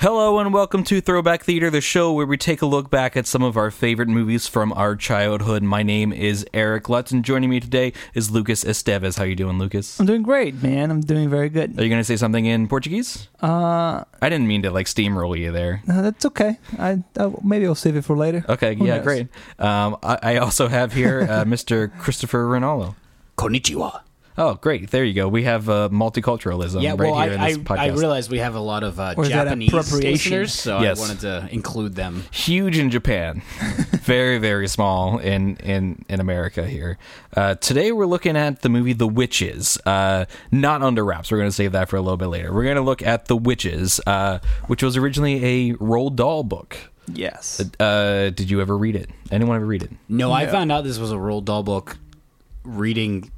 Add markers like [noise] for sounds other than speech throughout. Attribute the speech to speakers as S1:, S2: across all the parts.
S1: Hello and welcome to Throwback Theater, the show where we take a look back at some of our favorite movies from our childhood. My name is Eric Lutz, and joining me today is Lucas Estevez. How you doing, Lucas?
S2: I'm doing great, man. I'm doing very good.
S1: Are you going to say something in Portuguese?
S2: Uh,
S1: I didn't mean to like steamroll you there.
S2: no, that's okay. I, I maybe I'll save it for later.
S1: Okay,
S2: Who
S1: yeah,
S2: knows?
S1: great. Um, I, I also have here uh, [laughs] Mr. Christopher Rinaldo.
S3: Konnichiwa.
S1: Oh, great! There you go. We have uh, multiculturalism
S3: Yeah,
S1: right
S3: well,
S1: here in
S3: I,
S1: this
S3: I,
S1: podcast.
S3: I realize we have a lot of uh,
S2: Or is that
S3: Japanese
S2: appropriation?
S3: listeners, so
S1: Yes.
S3: I wanted to include them.
S1: huge in
S2: [laughs]
S1: Japan, very very small in in in America here. Uh, today we're looking at the movie The Witches, uh, not under wraps. We're going to save that for a little bit later. We're going to look at The Witches, uh, which was originally a Roald Dahl book.
S2: Yes.
S1: Uh, did you ever read it? Anyone ever read it?
S3: No, I found out this was a Roald Dahl book reading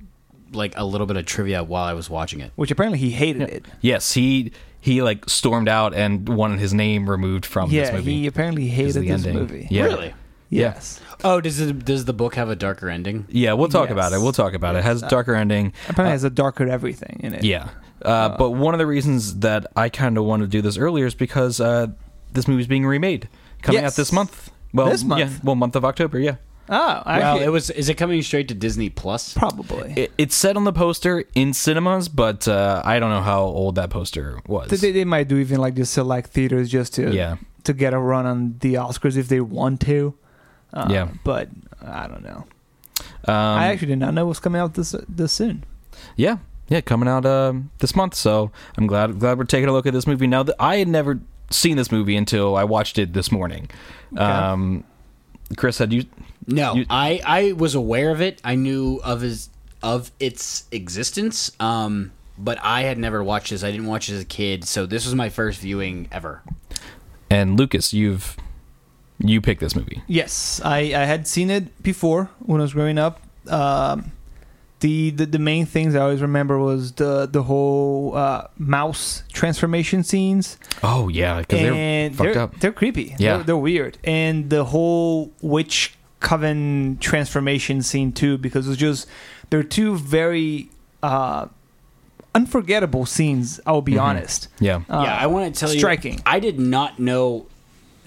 S3: like a little bit of trivia while I was watching it.
S2: Which apparently he hated it.
S1: Yes, he he like stormed out and wanted his name removed from this
S2: Yeah,
S1: movie.
S2: he apparently
S1: Is
S2: hated
S1: the
S2: this
S1: ending.
S2: movie.
S1: Yeah.
S3: Really?
S2: Yes.
S3: Oh, does the, does the book have a darker ending?
S1: Yeah, we'll talk about it.
S2: Yes.
S1: We'll talk about it. It has a darker ending.
S2: Apparently, it has a darker everything in it.
S1: Uh, Yeah. Uh, but one of the reasons that I kind of wanted to do this earlier is because uh, this movie's being remade, coming
S2: Yes.
S1: out this month. Well,
S2: This month?
S1: yeah, well, month of October, yeah.
S2: Oh, I
S3: Well,
S2: hear-
S3: it was. Is it coming straight to Disney Plus?
S2: probably.
S1: It, it's said on the poster in cinemas, but uh, I don't know how old that poster was.
S2: They- they, they might do even like just select theaters just to
S1: Yeah.
S2: to get a run on the Oscars if they want to. Uh,
S1: Yeah.
S2: But I don't know.
S1: Um,
S2: I actually did not know it was coming out this this soon.
S1: yeah, yeah, coming out um this month. So I'm glad glad we're taking a look at this movie now. That I had never seen this movie until I watched it this morning. Um, Chris, had you?
S3: No,
S1: You-
S3: I I was aware of it. I knew of his of its existence. Um, but I had never watched this. I didn't watch it as a kid, so this was my first viewing ever.
S1: And Lucas, you've you picked this movie.
S2: Yes, I, I had seen it before when I was growing up. Um, the, the the main things I always remember was the the whole uh, mouse transformation scenes,
S1: Oh yeah, because they're
S2: and
S1: fucked
S2: they're
S1: up.
S2: they're creepy.
S1: Yeah.
S2: they're, they're weird, and the whole witch coven transformation scene too, because it's just they're two very uh, unforgettable scenes. I'll be honest.
S1: Mm-hmm. Yeah.
S2: Uh,
S3: yeah, I want to tell you,
S2: striking.
S3: I did not know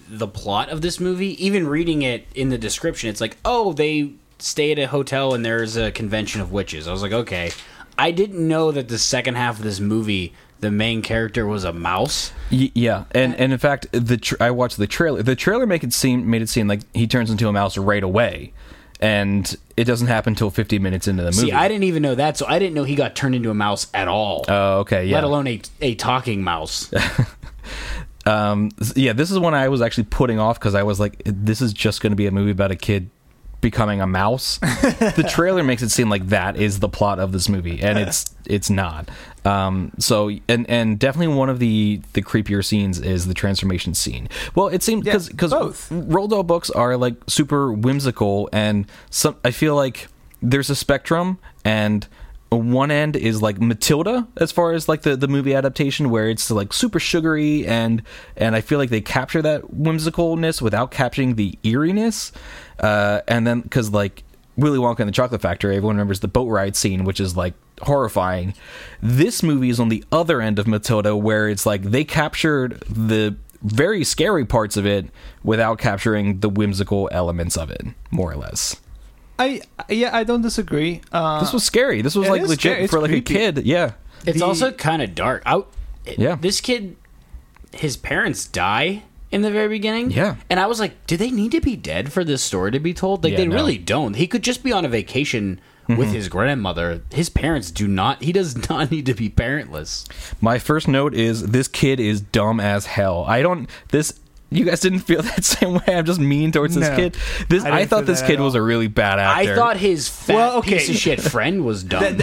S3: the plot of this movie. Even reading it in the description, it's like, oh, they stay at a hotel and there's a convention of witches. I was like, okay. I didn't know that the second half of this movie, the main character was a mouse.
S1: Y- yeah, and and in fact, the tr- I watched the trailer. The trailer make it seem made it seem like he turns into a mouse right away, and it doesn't happen until 50 minutes into the movie.
S3: See, I didn't even know that, so I didn't know he got turned into a mouse at all.
S1: Oh, okay, yeah.
S3: Let alone a, a talking mouse.
S1: um, s- yeah, this is one I was actually putting off because I was like, this is just going to be a movie about a kid becoming a mouse. the trailer makes it seem like that is the plot of this movie, and it's it's not. Um, so and and definitely one of the the creepier scenes is the transformation scene. Well, it seemed because
S2: Yeah,
S1: because
S2: both.
S1: Roald Dahl books are like super whimsical, and some I feel like there's a spectrum, and one end is like Matilda, as far as like the the movie adaptation, where it's like super sugary, and and I feel like they capture that whimsicalness without capturing the eeriness, uh, and then because like. Willy Wonka and the Chocolate Factory. Everyone remembers the boat ride scene, which is like horrifying. This movie is on the other end of Matilda, where it's like they captured the very scary parts of it without capturing the whimsical elements of it, more or less.
S2: I yeah, I don't disagree. Uh,
S1: This was scary. This was
S2: it
S1: like
S2: is
S1: legit
S2: scary. It's
S1: for like
S2: creepy.
S1: a kid. Yeah.
S3: It's
S2: The-
S3: also kind of dark. I, it-
S1: Yeah.
S3: This kid, his parents die in the very beginning.
S1: Yeah.
S3: And I was like, do they need to be dead for this story to be told? Like,
S1: Yeah,
S3: they
S1: no.
S3: really don't. He could just be on a vacation with his grandmother. His parents do not, he does [laughs] not need to be parentless.
S1: My first note is this kid is dumb as hell. I don't this you guys didn't feel [laughs] that same way. I'm just mean towards this
S2: No.
S1: kid. This
S2: I
S1: I,
S2: didn't
S1: thought
S2: feel
S1: this
S2: that
S1: kid
S2: at
S1: was a really bad
S3: I
S1: actor.
S3: thought his fat
S2: Well, okay.
S3: piece of shit friend was dumb.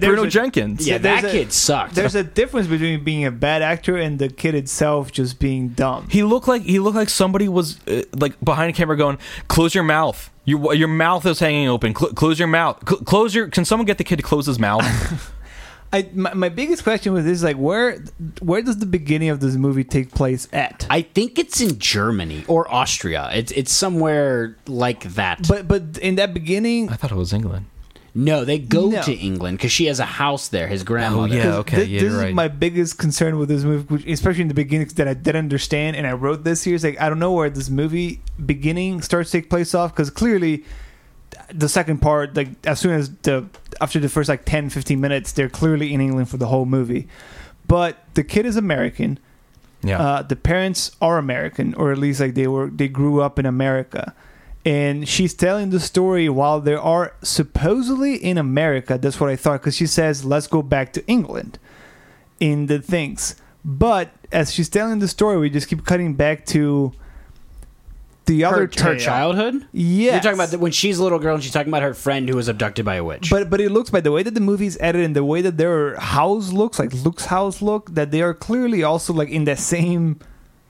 S1: Bruno Jenkins.
S3: yeah,
S2: there's
S3: that
S2: a-
S3: kid sucked.
S2: There's a difference between being a bad actor and the kid itself just being dumb.
S1: He looked like he looked like somebody was uh, like behind a camera going, "Close your mouth. Your your mouth is hanging open. Cl- close your mouth. Cl- close your." Can someone get the kid to close his mouth?
S2: I my, my biggest question with this is like where where does the beginning of this movie take place at?
S3: I think it's in Germany or Austria. It's it's somewhere like that.
S2: But but in that beginning,
S1: I thought it was England.
S3: No, they go
S2: No.
S3: to England because she has a house there. His grandmother.
S1: yeah.
S2: 'Cause
S1: okay,
S2: thi- This,
S1: yeah,
S2: is
S1: you're right.
S2: my biggest concern with this movie, which, especially in the beginning, 'cause that I didn't understand, and I wrote this here. It's like I don't know where this movie beginning starts to take place off, because clearly, the second part, like as soon as the after the first like 10, 15 minutes, they're clearly in England for the whole movie. But the kid is American.
S1: Yeah.
S2: Uh, the parents are American, or at least like they were they grew up in America. And she's telling the story while they are supposedly in America. That's what I thought, because she says, "Let's go back to England," in the things. But as she's telling the story, we just keep cutting back to the
S3: Her,
S2: other
S3: her
S2: tale.
S3: childhood.
S2: Yes,
S3: You're talking about the, when she's a little girl and she's talking about her friend who was abducted by a witch.
S2: But but it looks by the way that the movie's edited and the way that their house looks, like Luke's house look, that they are clearly also like in the same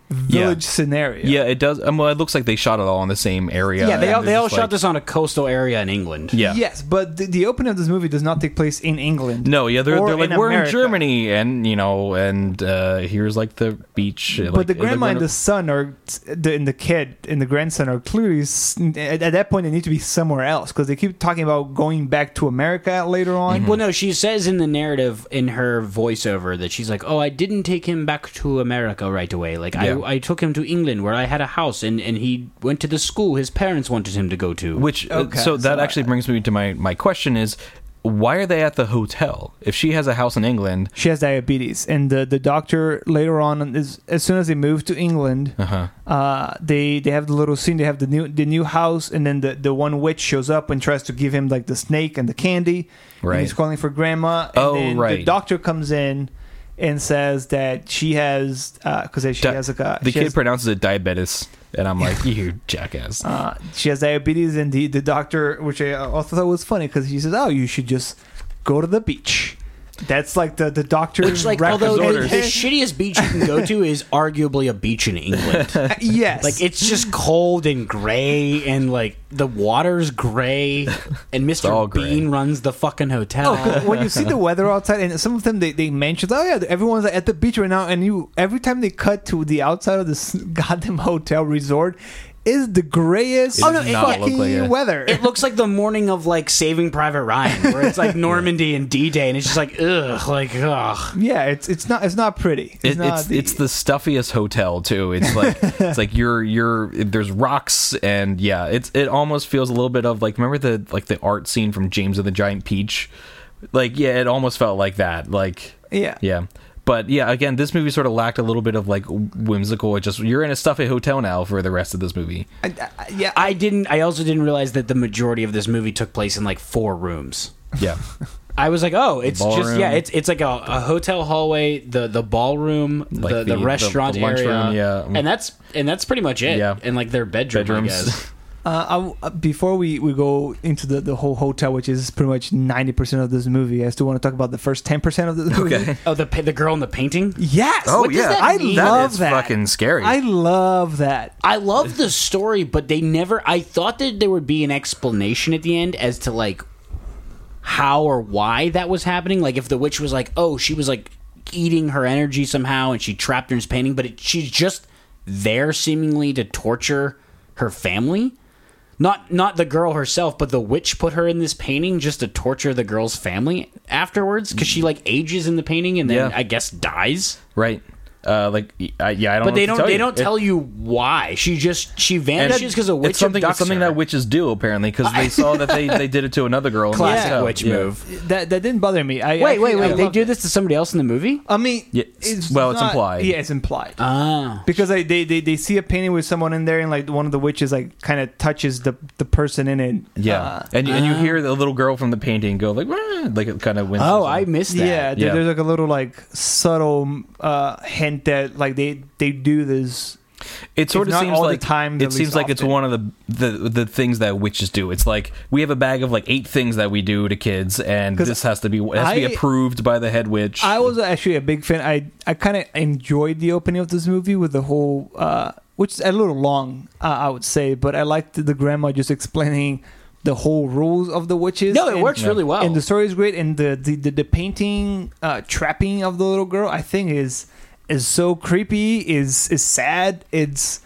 S2: village scenario.
S1: yeah, it does. Um, well, it looks like they shot it all in the same area.
S3: yeah, they
S1: and
S3: all, they
S1: it's
S3: all
S1: just
S3: shot
S1: like-
S3: this on a coastal area in England.
S1: Yeah.
S2: Yes, but the, the opening of this movie does not take place in England.
S1: No, yeah, they're,
S2: or
S1: they're like
S2: in
S1: we're
S2: America.
S1: in Germany, and you know, and uh, here's like the beach.
S2: But the grandma and the son are, the, and the kid and the grandson are clearly s- at, at that point they need to be somewhere else because they keep talking about going back to America later on.
S1: Mm-hmm.
S3: Well, no, she says in the narrative in her voiceover that she's like, "Oh, I didn't take him back to America right away. Like
S1: Yeah.
S3: I, I took him to England where I had a house and and he went to the school his parents wanted him to go to."
S1: which uh,
S2: Okay,
S1: so that
S2: so
S1: actually brings me to my my question is, why are they at the hotel if she has a house in England?
S2: She has diabetes, and the, the doctor later on is as soon as they move to England,
S1: Uh-huh.
S2: uh, they they have the little scene. They have the new the new house, and then the, the one witch shows up and tries to give him like the snake and the candy.
S1: Right.
S2: And he's calling for grandma. And
S1: Oh,
S2: then The
S1: right.
S2: doctor comes in and says that she has because she
S1: Di-
S2: has like a
S1: the
S2: she
S1: kid
S2: has,
S1: pronounces it diabetes, and I'm like, you jackass.
S2: uh, she has diabetes, and the the doctor, which I also thought was funny, because he says, "Oh, you should just go to the beach." That's like the the doctor's
S3: Which, like,
S2: records
S3: although the,
S1: orders.
S3: [laughs] the shittiest beach you can go to is arguably a beach
S1: [laughs]
S3: in England.
S2: yes,
S3: Like, it's just cold and gray, and like the water's gray, and
S1: all
S3: Mr.
S1: gray.
S3: Bean runs the fucking hotel.
S1: Uh,
S2: when you see the weather outside, and some of them they, they mentioned, oh yeah, everyone's at the beach right now, and you every time they cut to the outside of this [laughs] goddamn hotel resort is the grayest
S1: It
S2: oh,
S1: does
S2: no,
S1: not look
S2: fucking
S1: like it.
S2: weather.
S1: [laughs]
S3: It looks like the morning of like Saving Private Ryan, where it's like Normandy and D Day, and it's just like ugh, like ugh.
S2: yeah, it's it's not it's not pretty. It's
S1: It,
S2: not
S1: it's it's the stuffiest hotel too. It's like it's like you're you're there's rocks and yeah, it's it almost feels a little bit of like remember the like the art scene from James and the Giant Peach, like yeah, it almost felt like that. Like
S2: yeah.
S1: yeah, but yeah, again, this movie sort of lacked a little bit of like whimsical. It just you're in a stuffy hotel now for the rest of this movie.
S2: I, I, yeah.
S3: I didn't. I also didn't realize that the majority of this movie took place in like four rooms.
S1: Yeah, [laughs]
S3: I was like, oh, it's just
S1: Ballroom.
S3: yeah, it's it's like a, a hotel hallway, the the ballroom,
S1: Like
S3: the,
S1: the-
S3: the,
S1: the-
S3: restaurant
S1: the lunchroom,
S3: area,
S1: yeah.
S3: and that's and that's pretty much it.
S1: Yeah.
S3: and like their bedroom,
S1: Bedrooms.
S3: I guess.
S2: Uh, I w- uh, before we, we go into the, the whole hotel, which is pretty much ninety percent of this movie, I still want to talk about the first ten percent of the movie.
S1: Okay.
S3: Oh, the pa- the girl in the painting.
S2: Yes.
S1: Oh,
S2: What does
S1: yeah.
S2: that I
S1: That
S2: love
S1: is
S2: that.
S1: fucking scary.
S2: I love that.
S3: I love the story, but they never. I thought that there would be an explanation at the end as to like how or why that was happening. Like if the witch was like, oh, she was like eating her energy somehow, and she trapped her in this painting, but it, she's just there seemingly to torture her family. Not not the girl herself, but the witch put her in this painting just to torture the girl's family afterwards because she like ages in the painting and
S1: Yeah.
S3: then I guess dies.
S1: right. Uh, like I, yeah, I don't. know
S3: But
S1: what
S3: they
S1: to
S3: don't.
S1: Tell
S3: They
S1: you.
S3: don't
S1: It-
S3: tell you why. She just she
S1: And
S3: vanishes because a witch
S1: it's something, it's
S3: abducts
S1: something
S3: her.
S1: that witches do apparently because they saw that they, they did it to another girl. in the
S3: classic
S1: hotel.
S3: witch
S1: Yeah.
S3: move.
S2: That that didn't bother me. I
S3: Wait,
S2: actually-
S3: wait,
S2: I
S3: wait! They
S2: loved
S3: do
S2: it.
S3: this to somebody else in the movie?
S2: I mean,
S1: Yeah, well, it's implied.
S2: Yeah, it's implied
S3: Ah,
S2: because like, they, they they see a painting with someone in there, and like one of the witches like kind of touches the the person in it.
S1: Yeah,
S2: Uh,
S1: and you, and you hear the little girl from the painting go like, "Wah," like it kind of wins.
S3: oh, I missed that.
S2: yeah, there-
S1: Yeah.
S2: There's like a little like subtle uh, hint that like they they do this.
S1: It sort of
S2: if not
S1: seems
S2: all the
S1: like
S2: times, at
S1: it seems
S2: least
S1: like it's
S2: often.
S1: one of the, the the things that witches do. It's like we have a bag of like eight things that we do to kids, and
S2: 'Cause
S1: this has to be it has to
S2: I-
S1: be approved by the head witch.
S2: I was actually a big fan. I I kind of enjoyed the opening of this movie with the whole, uh, which is a little long, uh, I would say, but I liked the grandma just explaining the whole rules of the witches.
S3: No, it
S2: and-
S3: works really well.
S2: And the story is great, and the the the, the painting uh, trapping of the little girl, I think, is is so creepy. Is is sad. It's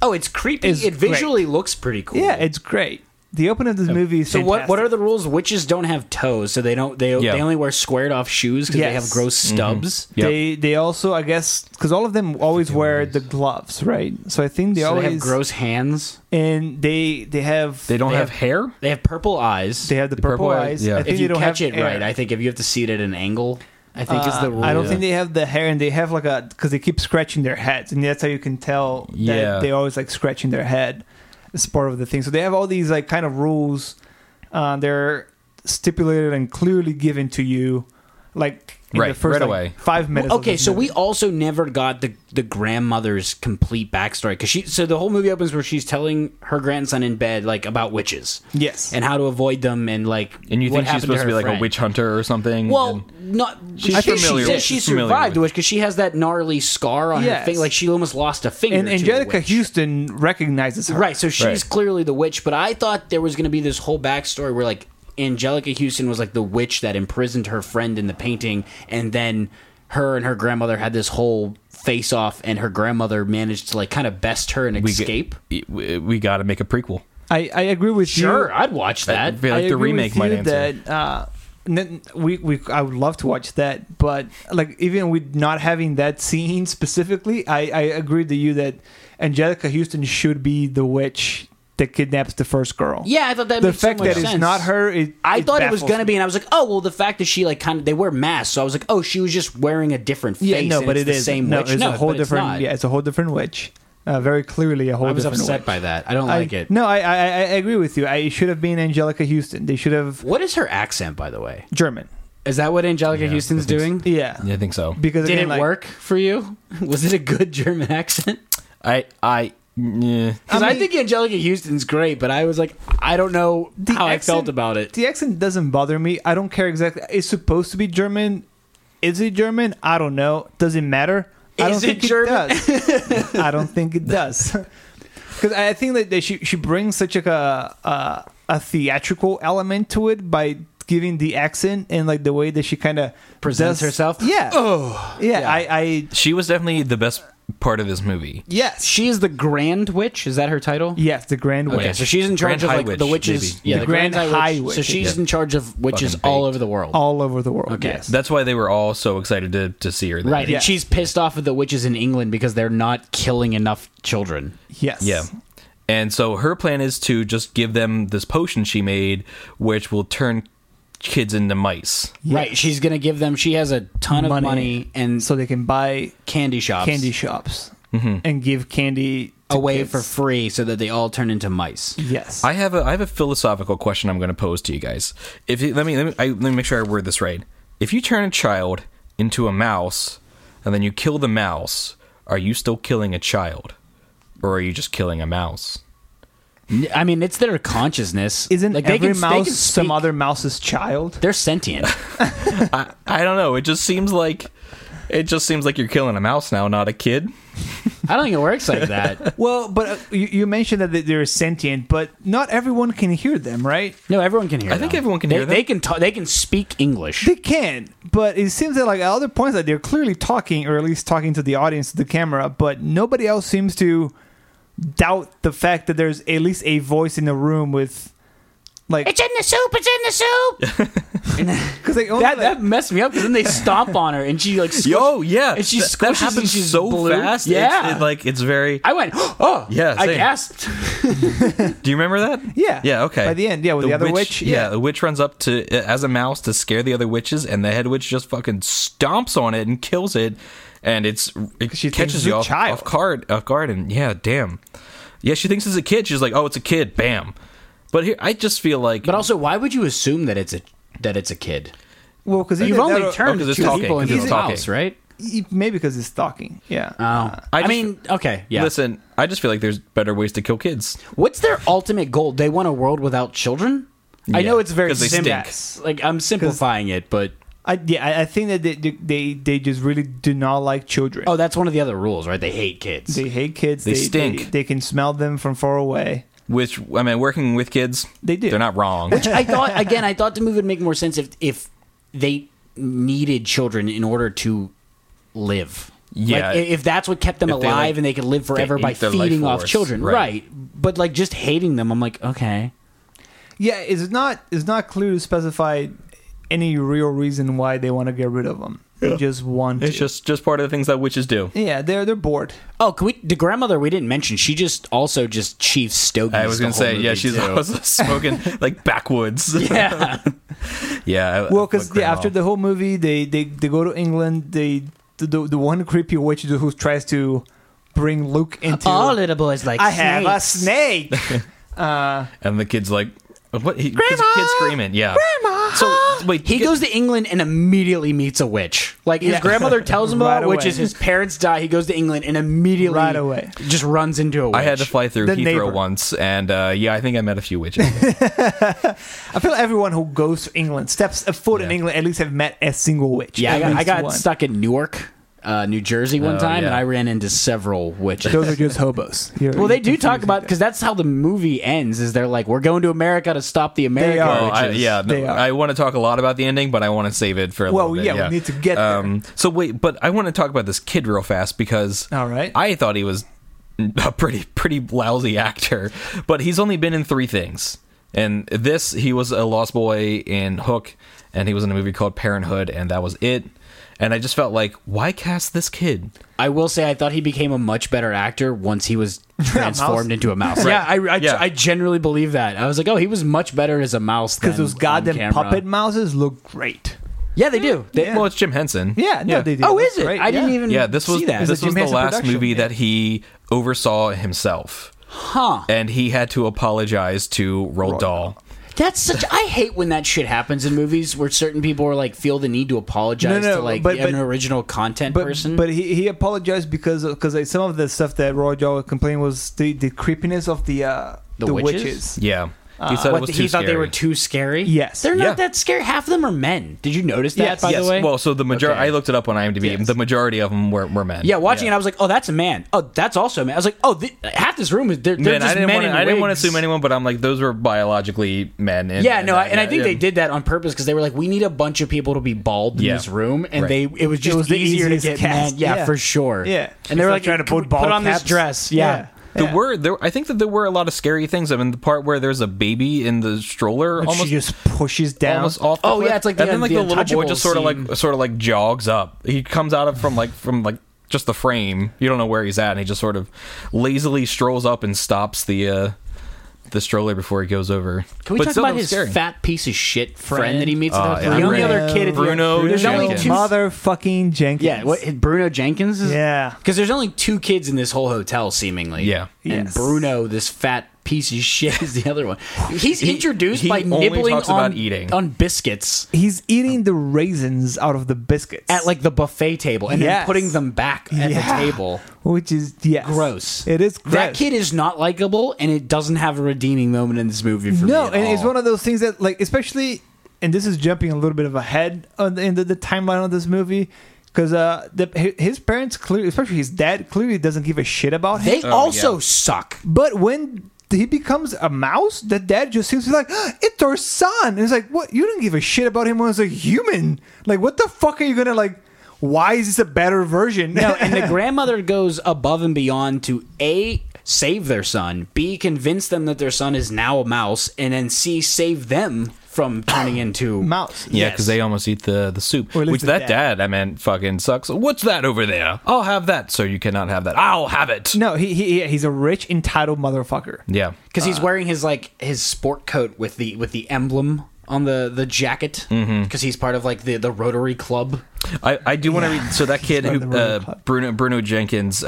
S3: oh, it's creepy.
S2: It's
S3: it visually looks pretty cool.
S2: yeah, it's great. The opening of this movie is
S3: So what? What
S2: fantastic.
S3: are the rules? Witches don't have toes, so they don't. They
S1: Yeah.
S3: they only wear squared off shoes because they
S2: Yes.
S3: have gross stubs.
S1: Yep.
S2: They they also I guess because all of them always wear the gloves, right? So I think they
S3: So
S2: always
S3: they have gross hands.
S2: and they they have
S1: They don't have,
S3: have-
S1: hair.
S3: They have purple eyes.
S2: they have the, purple,
S1: purple eyes,
S2: eyes.
S1: yeah.
S2: I
S1: If
S2: think
S3: if you
S2: they don't
S3: catch
S2: have
S3: it right,
S2: hair.
S3: I think if you have to see it at an angle, I think is the
S2: Uh,
S3: rule.
S2: I don't think they have the hair, and they have like a because they keep scratching their heads, and that's how you can tell that
S1: Yeah.
S2: they always like scratching their head. It's part of the thing. So they have all these like kind of rules. Uh, they're stipulated and clearly given to you, like in the
S1: Right,
S2: first
S1: right
S2: like,
S1: away.
S2: five minutes. of
S3: Okay,
S2: this
S3: so
S2: movie.
S3: we also never got the the grandmother's complete backstory because she. So the whole movie opens where she's telling her grandson in bed like about witches.
S2: Yes.
S3: and how to avoid them and like.
S1: And you
S3: what
S1: think she's
S3: happened
S1: supposed to
S3: her
S1: be like a
S3: friend.
S1: witch hunter or something?
S3: Well,
S1: and-
S3: not.
S1: She's
S3: I think
S1: familiar
S3: she,
S1: with-
S3: did- she
S1: she's familiar
S3: survived the
S1: with-
S3: witch because she has that gnarly scar on her
S2: Yes.
S3: thing. Like she almost lost a finger.
S2: and
S3: to the
S2: Angelica
S3: witch.
S2: Houston recognizes her.
S3: Right, so she's
S1: Right.
S3: clearly the witch, but I thought there was going to be this whole backstory where like Angelica Houston was like the witch that imprisoned her friend in the painting, and then her and her grandmother had this whole face off, and her grandmother managed to like kind of best her and
S1: we get-
S3: escape.
S1: we, we got to make a prequel.
S2: I, I agree with you.
S3: sure, I'd watch that.
S1: I feel like
S2: I
S1: the
S2: agree
S1: remake
S2: with
S1: might
S2: you
S1: answer.
S2: that. Uh, n- we, we I would love to watch that, but like even with not having that scene specifically, I I agree to you that Angelica Houston should be the witch that kidnaps the first girl.
S3: yeah, I thought that
S2: the
S3: made so
S2: fact
S3: much
S2: that
S3: sense.
S2: it's not her. It,
S3: I thought it was
S2: baffles
S3: gonna
S2: me.
S3: be, and I was like, oh well, the fact that she like kind of they wear masks, so I was like, oh, she was just wearing a different face.
S2: Yeah, no,
S3: and
S2: but
S3: it's
S2: it
S3: the
S2: is.
S3: same
S2: no,
S3: witch.
S2: it's
S3: no,
S2: a whole
S3: but it's
S2: different.
S3: not.
S2: Yeah, it's a whole different witch. Uh, very clearly, a whole
S3: I was
S2: different
S3: upset
S2: witch.
S3: by that. I don't like it.
S2: No, I, I I I agree with you. I it should have been Angelica Houston. They should have
S3: What is her accent, by the way?
S2: German.
S3: Is that what Angelica
S1: Yeah,
S3: Houston's
S1: I think so.
S3: doing?
S2: Yeah.
S1: Yeah, I think so.
S2: Because
S3: Did
S2: again,
S3: it
S2: like,
S3: work for you? [laughs] Was it a good German accent?
S1: I I yeah.
S3: Because I,
S2: I mean-
S3: think Angelica Houston's great, but I was like, I don't know how I felt
S2: accent-
S3: about it.
S2: The accent doesn't bother me. I don't care exactly. It's supposed to be German. Is it German? I don't know. Does it matter? I don't
S3: Is it
S2: think
S3: German?
S2: it
S3: [laughs]
S2: does. I don't think it does. [laughs] Because I think that, that she she brings such like a, a a theatrical element to it by giving the accent and like the way that she kind of
S3: Presents herself?
S2: Yeah.
S3: Oh.
S2: yeah,
S3: Yeah.
S2: I, I
S1: She was definitely the best part of this movie.
S2: yes
S3: She is the Grand Witch. Is that her title?
S2: yes the grand way.
S3: Okay, so she's in charge
S1: Grand
S3: of
S1: High
S3: like
S1: Witch,
S3: the witches.
S1: maybe.
S3: Yeah,
S2: The
S3: the,
S2: Grand
S3: Grand, High
S2: High
S3: Witch.
S2: Witch,
S3: So she's
S1: yeah.
S3: in charge of witches
S1: Fucking
S3: all
S1: baked.
S3: over the world.
S2: all over the world.
S3: Okay.
S2: Yes.
S1: That's why they were all so excited to, to see her. There.
S3: Right,
S2: Yeah.
S3: and she's pissed off at the witches in England because they're not killing enough children.
S2: yes.
S1: Yeah. And so her plan is to just give them this potion she made, which will turn kids into mice.
S3: Right, she's gonna give them. She has a ton
S2: Money.
S3: of money and
S2: So they can buy
S3: candy shops Mm-hmm.
S2: candy shops and give candy to
S3: away
S2: kids.
S3: for free, so that they all turn into mice.
S2: yes.
S1: I have a I have a philosophical question I'm going to pose to you guys. If you, let me let me I, let me make sure I word this right. If you turn a child into a mouse and then you kill the mouse, are you still killing a child, or are you just killing a mouse?
S3: N- I mean, it's their consciousness.
S2: Isn't
S3: like,
S2: every
S3: they can, they
S2: mouse
S3: can
S2: some
S3: speak.
S2: other mouse's child?
S3: They're sentient.
S1: I, I don't know. It just seems like it just seems like you're killing a mouse now, not a kid.
S3: I don't think it works like [laughs] that.
S2: Well, but uh, you, you mentioned that they're sentient, but not everyone can hear them, right?
S3: No, everyone can hear.
S1: I think
S3: them.
S1: everyone can
S3: they,
S1: hear them.
S3: They can talk. They can speak English.
S2: They can, but it seems that like at other points that they're clearly talking, or at least talking to the audience, to the camera, but nobody else seems to doubt the fact that there's at least a voice in the room with, like,
S3: It's in the soup. It's in the
S1: [laughs]
S3: soup.
S2: because they only,
S3: that
S2: like,
S3: that messed me up because then they stomp on her and she like squish-
S1: Yo, Oh, yeah,
S3: and she
S1: Th- that
S3: squishes and
S1: happens
S3: she's
S1: so
S3: blue.
S1: fast. It's-
S3: Yeah,
S1: it, like it's very.
S3: I went, [gasps] oh,
S1: Yeah,
S3: I
S1: same.
S3: gasped. [laughs]
S1: Do you remember that?
S2: Yeah.
S1: Yeah. Okay.
S2: By the end, yeah, with the other witch,
S1: Yeah.
S2: yeah.
S1: the witch runs up to uh, as a mouse to scare the other witches, and the head witch just fucking stomps on it and kills it, and it's it
S2: she thinks it's
S1: catches
S2: a
S1: you off,
S2: child.
S1: off guard. Off guard, and yeah, damn. Yeah, she thinks it's a kid. She's like, oh, it's a kid. Bam. But here, I just feel like.
S3: But also, why would you assume that it's a that it's a kid?
S2: well, because
S3: You've only
S2: Oh,
S3: turned
S1: oh, 'cause it's
S3: two
S1: talking,
S3: people
S1: 'cause
S3: into
S1: it's
S3: a
S1: talking.
S3: mouse, right?
S2: maybe because it's talking, yeah.
S3: Oh, I,
S1: just-
S3: mean, okay, yeah.
S1: Listen, I just feel like there's better ways to kill kids.
S3: What's their ultimate goal? They want a world without children. I
S1: Yeah,
S3: know it's very
S1: 'cause they
S3: simple.
S1: stink.
S3: Like I'm simplifying it, but
S2: I, yeah, I, I think that they, they they just really do not like children.
S3: oh, that's one of the other rules, right? They hate kids.
S2: They hate kids.
S1: They stink.
S2: They, they can smell them from far away.
S1: Which I mean, working with kids,
S2: They do.
S1: They're not wrong.
S3: Which [laughs] I thought again, I thought the movie would make more sense if if they needed children in order to live.
S1: Yeah.
S3: like, i- if that's what kept them
S1: If they,
S3: alive
S1: like,
S3: and they could live forever
S1: they
S3: by
S1: ate their life
S3: feeding off
S1: force,
S3: children,
S1: right.
S3: right. But like just hating them, I'm like, okay,
S2: Yeah, it's not it's not clearly specified any real reason why they want to get rid of them. They just want.
S1: It's
S2: to.
S1: just just part of the things that witches do.
S2: yeah, they're they're bored.
S3: Oh, can we? The grandmother we didn't mention. She just also just chief stogies.
S1: I was
S3: the
S1: gonna
S3: whole
S1: say, yeah,
S3: movie,
S1: she's [laughs]
S3: too.
S1: also smoking like backwoods.
S3: yeah.
S1: [laughs] yeah. I-
S2: Well,
S1: I
S2: because
S1: fuck grandma.
S2: after the whole movie, they, they, they go to England. They the, the the one creepy witch who tries to bring Luke into.
S3: little boys like
S2: I have a snake.
S1: [laughs]
S2: uh,
S1: and the kid's like, "Oh, what? He, kids, kids screaming. Yeah. Grandma. So wait,
S3: He
S1: get-
S3: goes to England and immediately meets a witch. Like his
S2: Yeah.
S3: grandmother tells [laughs] him
S2: Right
S3: about
S2: away.
S3: witches. His parents die. He goes to England and immediately
S2: Right away.
S3: just runs into a witch.
S1: I had to fly through
S2: The
S1: Heathrow
S2: neighbor.
S1: once, and uh, yeah, I think I met a few witches.
S2: I feel like everyone who goes to England, steps a foot in
S1: Yeah.
S2: England, at least have met a single witch.
S3: Yeah, I
S2: At
S3: got, I
S2: least
S3: got
S2: one.
S3: stuck in Newark, uh, New Jersey one
S1: Oh,
S3: time, and
S1: yeah.
S3: I ran into several
S2: [laughs]
S3: witches.
S2: Those are just hobos. You're-
S3: well, they
S2: you're
S3: do talk
S2: confusing
S3: about
S2: them.
S3: because that's how the movie ends. Is they're like, "We're going to America to stop the American
S2: are.
S1: Oh,
S3: witches."
S1: I, yeah, no,
S2: They are.
S1: I want to talk a lot about the ending, but I want to save it for a
S2: Well,
S1: little bit.
S2: yeah, we need to get there.
S1: Um, so wait, but I want to talk about this kid real fast because
S2: All right.
S1: I thought he was a pretty pretty lousy actor, but he's only been in three things. And this, he was a lost boy in Hook, and he was in a movie called Parenthood, and that was it. And I just felt like, why cast this kid?
S3: I will say I thought he became a much better actor once he [laughs] was transformed into a mouse. Yeah, I, I,
S1: Yeah.
S3: I generally believe that. I was like, oh, he was much better as a mouse
S2: because
S3: than
S2: those
S3: on
S2: goddamn
S3: camera.
S2: puppet mouses look great.
S3: Yeah, they do. They,
S1: Well, it's Jim Henson.
S2: Yeah, no, they do.
S3: Oh,
S2: That's
S3: is it?
S2: great,
S3: I didn't
S2: yeah.
S3: even
S1: Yeah, this was
S3: see that.
S2: It's a
S1: this was
S2: Jim
S1: the
S2: Henson
S1: last
S2: production,
S1: movie
S2: yeah.
S1: that he oversaw himself,
S3: huh?
S2: eh.
S1: and he had to apologize to Roald Dahl.
S3: That's such. I hate when that shit happens in movies where certain people are like feel the need to apologize
S2: No, no,
S3: to like
S2: but-
S3: an
S2: but-
S3: original content
S2: But,
S3: person.
S2: but he, he apologized because because like, some of the stuff that Roy Joe complained was the, the creepiness of the uh,
S3: The witches?
S1: Yeah, he said it
S3: Uh, What,
S1: was
S3: he
S1: too
S3: thought they
S1: scary.
S3: were too scary.
S2: Yes.
S3: they're not
S1: Yeah.
S3: that scary. Half of them are men. Did you notice that?
S2: Yes.
S3: by
S1: yes.
S3: the way,
S1: Well, so the majority.
S3: Okay.
S1: I looked it up on IMDb.
S3: Yes.
S1: The majority of them were, were men.
S3: yeah, watching it, I was like, oh, that's a man. Oh, that's also a man. I was like, oh, th- half this room is they're, they're
S1: Man, I
S3: just
S1: didn't
S3: men.
S1: wanna-
S3: in
S1: I didn't want to
S3: wigs.
S1: assume anyone, but I'm like those were biologically men. And,
S3: Yeah, no, I, and I
S1: yeah,
S3: think
S1: yeah.
S3: they did that on purpose because they were like, we need a bunch of people to be bald in
S1: Yeah.
S3: this room, and
S1: Right.
S3: they it was just
S2: was the
S3: easier to
S2: easiest
S3: get
S2: cast.
S3: men. Yeah,
S2: Yeah.
S3: for sure.
S2: Yeah.
S3: and they
S2: It's
S3: were
S2: not
S3: like,
S2: trying to
S3: "Can we
S2: put bald
S3: on this
S2: caps?"
S3: dress.
S2: Yeah.
S3: Yeah.
S1: There
S2: Yeah.
S1: were there. I think that there were a lot of scary things. I mean, the part where there's a baby in the stroller,
S2: But
S1: almost
S2: she just pushes down.
S1: almost off. The
S3: Oh, yeah,
S1: cliff.
S3: it's like
S1: and
S3: the-
S1: then like
S3: the
S1: the, little boy
S3: Untouchables
S1: just sort of
S3: scene.
S1: like sort of like jogs up. He comes out of from like from like just the frame. You don't know where he's at, and he just sort of lazily strolls up and stops the uh the stroller before he goes over.
S3: Can we
S1: But
S3: talk
S1: still,
S3: about
S1: that was
S3: his
S1: scary.
S3: fat piece of shit friend,
S2: Friend.
S3: that he meets?
S1: Oh,
S3: at
S1: yeah.
S3: the only
S1: Bruno-
S3: other kid. At the
S1: Bruno
S3: there's only
S1: Jenkins.
S3: two.
S2: motherfucking Jenkins.
S3: yeah, what, Bruno Jenkins. Is,
S2: Yeah.
S3: because there's only two kids in this whole hotel, seemingly.
S1: Yeah.
S3: and
S2: Yes.
S3: Bruno, this fat piece of shit, [laughs] is the other one. He's introduced
S1: he
S3: by
S1: only
S3: nibbling
S1: talks
S3: on
S1: about eating.
S3: on biscuits.
S2: He's eating the raisins out of the biscuits
S3: at like the buffet table and then
S2: Yes.
S3: putting them back at
S2: Yeah.
S3: the table.
S2: which is yes,
S3: Gross.
S2: It is gross.
S3: That kid is not likable, and it doesn't have a redeeming moment in this movie for me.
S2: no,
S3: at
S2: and it's
S3: all.
S2: one of those things that like especially, and this is jumping a little bit of ahead on the, in the, the timeline of this movie because uh, the, hi- his parents clearly, especially his dad, clearly doesn't give a shit about him.
S3: They also suck.
S2: But when he becomes a mouse, the dad just seems to be like, "Ah, it's our son. And it's like, what? You didn't give a shit about him when I was a human. Like, what the fuck are you gonna like? Why is this a better version?
S3: No,
S2: [laughs]
S3: and the grandmother goes above and beyond to a save their son, b convince them that their son is now a mouse, and then c save them from turning
S2: [coughs]
S3: into
S2: mouse.
S1: Yeah,
S3: Yes.
S1: because they almost eat the the soup.
S2: Or at least
S1: Which
S2: the
S1: that
S2: dad.
S1: dad. I mean, fucking sucks. What's that over there? I'll have that. So you cannot have that. I'll have it.
S2: No, he, he he's a rich entitled motherfucker.
S1: Yeah.
S3: because he's wearing his like his sport coat with the with the emblem on the the jacket because he's part of like the the Rotary Club.
S1: I, I do want to read. So
S2: [laughs]
S1: that kid
S2: Sorry, the
S1: who
S2: Royal
S1: uh,
S2: Club.
S1: Bruno Bruno Jenkins,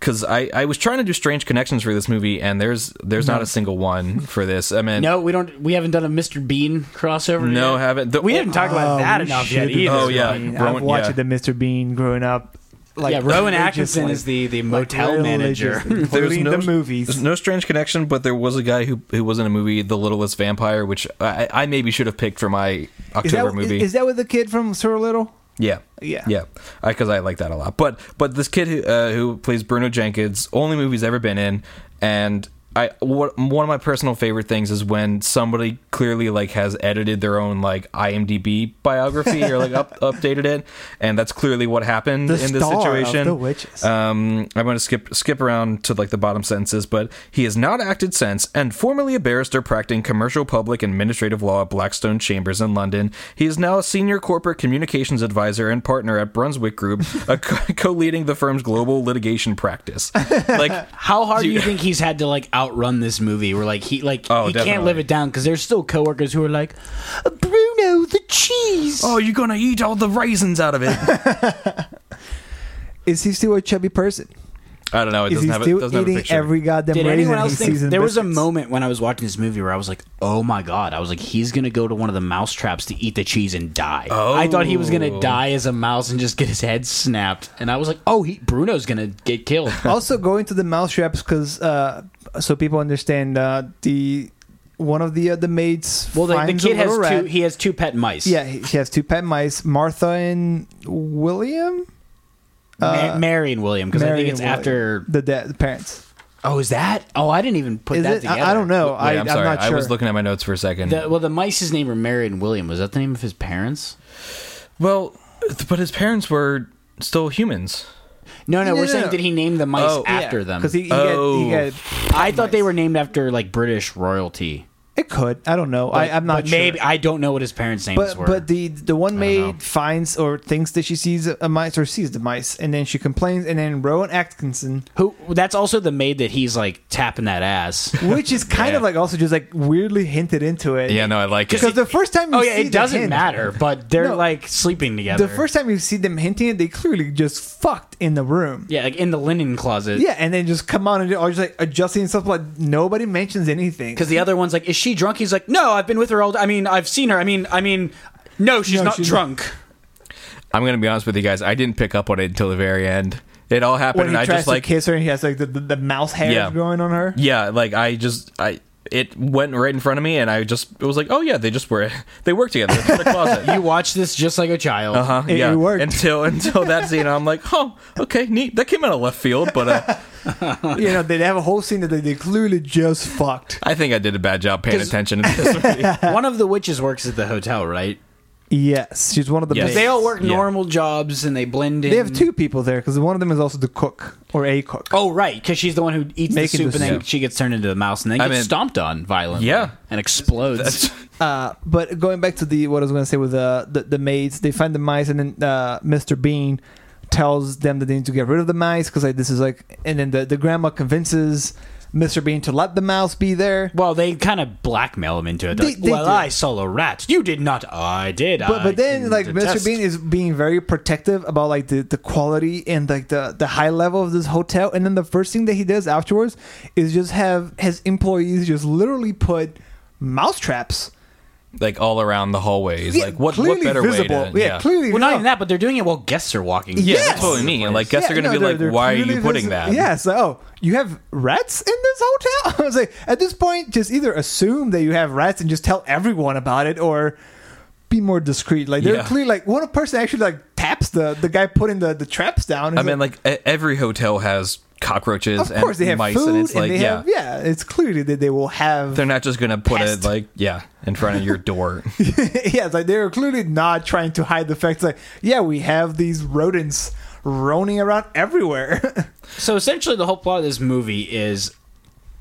S1: because I, I was trying to do strange connections for this movie, and there's there's not a single one for this. I mean,
S3: No, we don't. We haven't done a Mr. Bean crossover.
S1: No,
S3: yet.
S1: haven't. The-
S3: we didn't talk about
S2: Oh,
S3: that
S2: we
S3: enough yet
S2: should
S3: either.
S1: Oh, yeah.
S2: I mean,
S1: Rowan-
S2: I've watched
S1: yeah.
S2: the Mr. Bean growing up. Like
S3: yeah, Rowan
S2: religiously.
S3: Atkinson is the the
S2: Like,
S3: motel manager.
S2: religiously, including the movies.
S1: there's no strange connection, but there was a guy who who was in a movie, The Littlest Vampire, which I, I maybe should have picked for my October
S2: Is that,
S1: movie.
S2: is that with the kid from Sir Little?
S1: Yeah.
S2: Yeah.
S1: Yeah. Because I, like that a lot. But but this kid who uh, who plays Bruno Jenkins, only movie he's ever been in, and I what one of my personal favorite things is when somebody clearly like has edited their own like IMDb biography or like up, [laughs] updated it, and that's clearly what happened
S2: The
S1: in this
S2: star of
S1: situation.
S2: The Witches.
S1: Um, I'm going to skip skip around to like the bottom sentences, but he has not acted since, and formerly a barrister practicing commercial public and administrative law at Blackstone Chambers in London. He is now a senior corporate communications advisor and partner at Brunswick Group, a [laughs] co- co-leading the firm's global litigation practice.
S2: [laughs]
S1: Like,
S3: How hard do you
S1: Dude.
S3: think he's had to like outrun this movie? Where like he like
S1: Oh,
S3: he can't
S1: definitely.
S3: live it down because there's still coworkers who are like, Bruno the cheese.
S1: oh, you're going to eat all the raisins out of
S2: [laughs]
S1: it.
S2: is he still a chubby person?
S1: I don't know. It
S2: Is
S1: doesn't
S2: he
S1: have a,
S2: still
S1: doesn't have a
S2: eating
S1: picture.
S2: every goddamn
S3: Did
S2: raisin
S3: anyone else
S2: he
S3: think
S2: sees in
S3: there was a
S2: biscuits?
S3: moment when I was watching this movie where I was like, "Oh my god!" I was like, "He's gonna go to one of the mouse traps to eat the cheese and die." I thought he was gonna
S1: Oh.
S3: die as a mouse and just get his head snapped, and I was like, "Oh, he Bruno's gonna
S2: [laughs]
S3: get killed."
S2: also going to the mousetraps because uh, so people understand uh, the one of the uh, the maids.
S3: well, like, the
S2: finds
S3: kid
S2: a
S3: has
S2: little
S3: two.
S2: rat.
S3: He has two pet mice.
S2: yeah, he- she has two pet mice, Martha and William.
S3: Ma-
S2: Uh,
S3: Mary and William, because I
S2: Mary
S3: think it's
S2: and William.
S3: after.
S2: the, da- the parents.
S3: Oh, is that? Oh, I didn't even put
S2: Is
S3: that
S2: it?
S3: together.
S2: I, I don't know. I,
S1: Wait, I'm sorry.
S2: not sure.
S1: I was looking at my notes for a second.
S3: The, well, the mice's name were Mary and William. Was that the name of his parents?
S1: well, th- but his parents were still humans.
S3: No, no,
S2: No,
S3: we're
S2: no,
S3: saying
S2: no.
S3: did he name the mice
S1: Oh, yeah,
S3: after them?
S2: because he, he,
S1: Oh.
S2: got, he got
S3: I thought they were named after like British royalty.
S2: it could. I don't know. I,
S3: But-
S2: I'm not
S3: but
S2: sure.
S3: Maybe I don't know what his parents' names
S2: But
S3: were.
S2: but the the one
S3: know.
S2: maid finds or thinks that she sees a mice or sees the mice, and then she complains, and then Rowan
S1: [laughs]
S2: Atkinson,
S3: who? That's also the maid that he's like tapping
S2: [laughs]
S3: that ass.
S2: which is kind of
S1: Yeah.
S2: like also just like weirdly hinted into it.
S1: Yeah, no, I like it.
S2: because the first time you
S3: oh yeah,
S2: see
S3: it
S2: them
S3: doesn't
S2: hint-
S3: matter. But they're
S2: No.
S3: like sleeping together.
S2: The first time you see them hinting it, they clearly just fucked in the room.
S3: yeah, like in the linen closet.
S2: Yeah, and then just come out and or just like adjusting stuff like nobody mentions anything.
S3: because the other one's like, "Is she drunk?" He's like, "No, I've been with her all. I mean, I've seen her. I mean, I mean, no, she's
S2: No,
S3: not
S2: she's
S3: drunk."
S2: [laughs]
S1: I'm gonna be honest with you guys. I didn't pick up on it until the very end. It all happened,
S2: when he
S1: and I
S2: tries
S1: just
S2: to
S1: like,
S2: kiss her, and he has like the, the, the mouse hair
S1: Yeah.
S2: growing on
S3: [laughs]
S2: her.
S1: yeah, like I just, I it went right in front of me, and I just it was like, oh yeah, they just were, [laughs] they work together in the
S2: [laughs]
S1: closet.
S3: You watch this just like a child.
S1: Uh huh.
S2: It-
S1: Yeah.
S2: it worked.
S1: Until until
S2: [laughs]
S1: that scene, I'm like, oh, okay, neat. That came out of left field, but uh,
S2: You know, they have a whole scene that they, they clearly just fucked.
S1: I think I did a bad job paying
S2: [laughs]
S3: 'Cause-
S1: attention. [laughs] To this movie.
S3: One of the witches works at the hotel, right?
S2: Yes, she's one of the.
S1: Yes.
S2: maids.
S3: They all work
S1: Yeah.
S3: normal jobs and they blend in.
S2: They have two people there because one of them is also the cook or a cook.
S3: Oh right, because she's the one who eats the
S2: Making
S3: soup
S2: the
S3: and then
S2: soup.
S3: she gets turned into a mouse and then
S1: I
S3: gets
S1: mean-
S3: stomped on violently.
S1: Yeah.
S3: and explodes. Oh.
S2: Uh, but going back to the what I was going to say with uh, the the maids, they find the mice, and then uh, Mr. Bean tells them that they need to get rid of the mice because like this is like, and then the, the grandma convinces Mr. Bean to let the mouse be there.
S3: [laughs] well, they kind of blackmail him into it. They're
S2: They-
S3: like,
S2: they
S3: well,
S2: do.
S3: I saw a rat. You did not. I did.
S2: But
S3: I
S2: but then
S3: can
S2: like Mr.
S3: attest."
S2: Bean is being very protective about like the, the quality and like the, the high level of this hotel, and then the first thing that he does afterwards is just have his employees just literally put mouse traps.
S1: like all around the hallways. like what? What
S2: clearly
S1: better
S2: visible.
S1: way? To,
S2: yeah, clearly.
S3: Well, not
S2: no.
S3: even that, but they're doing it while guests are walking.
S1: Yeah,
S2: Yes.
S1: that's what we mean. Like, guess
S2: Yeah,
S1: they're gonna
S2: no,
S1: be like, why are
S2: clearly
S1: you putting
S2: visi-
S1: that?
S2: Yeah, so oh, you have rats in this hotel? [laughs] I was like, at this point, just either assume that you have rats and just tell everyone about it, or be more discreet. Like they're
S1: Yeah.
S2: clear. Like one person actually like taps the the guy putting the the traps down.
S1: I
S2: He's
S1: mean, like e- every hotel has cockroaches
S2: of course
S1: and
S2: they have
S1: mice,
S2: food
S1: and it's like,
S2: they
S1: yeah,
S2: have yeah. It's clearly that they will have.
S1: they're not just gonna put
S3: Pest.
S1: it like, yeah, in front of your door.
S2: [laughs]
S3: [laughs]
S2: yeah, it's like they're clearly not trying to hide the fact. Like yeah, we have these rodents roaming around everywhere. [laughs]
S3: So essentially, the whole plot of this movie is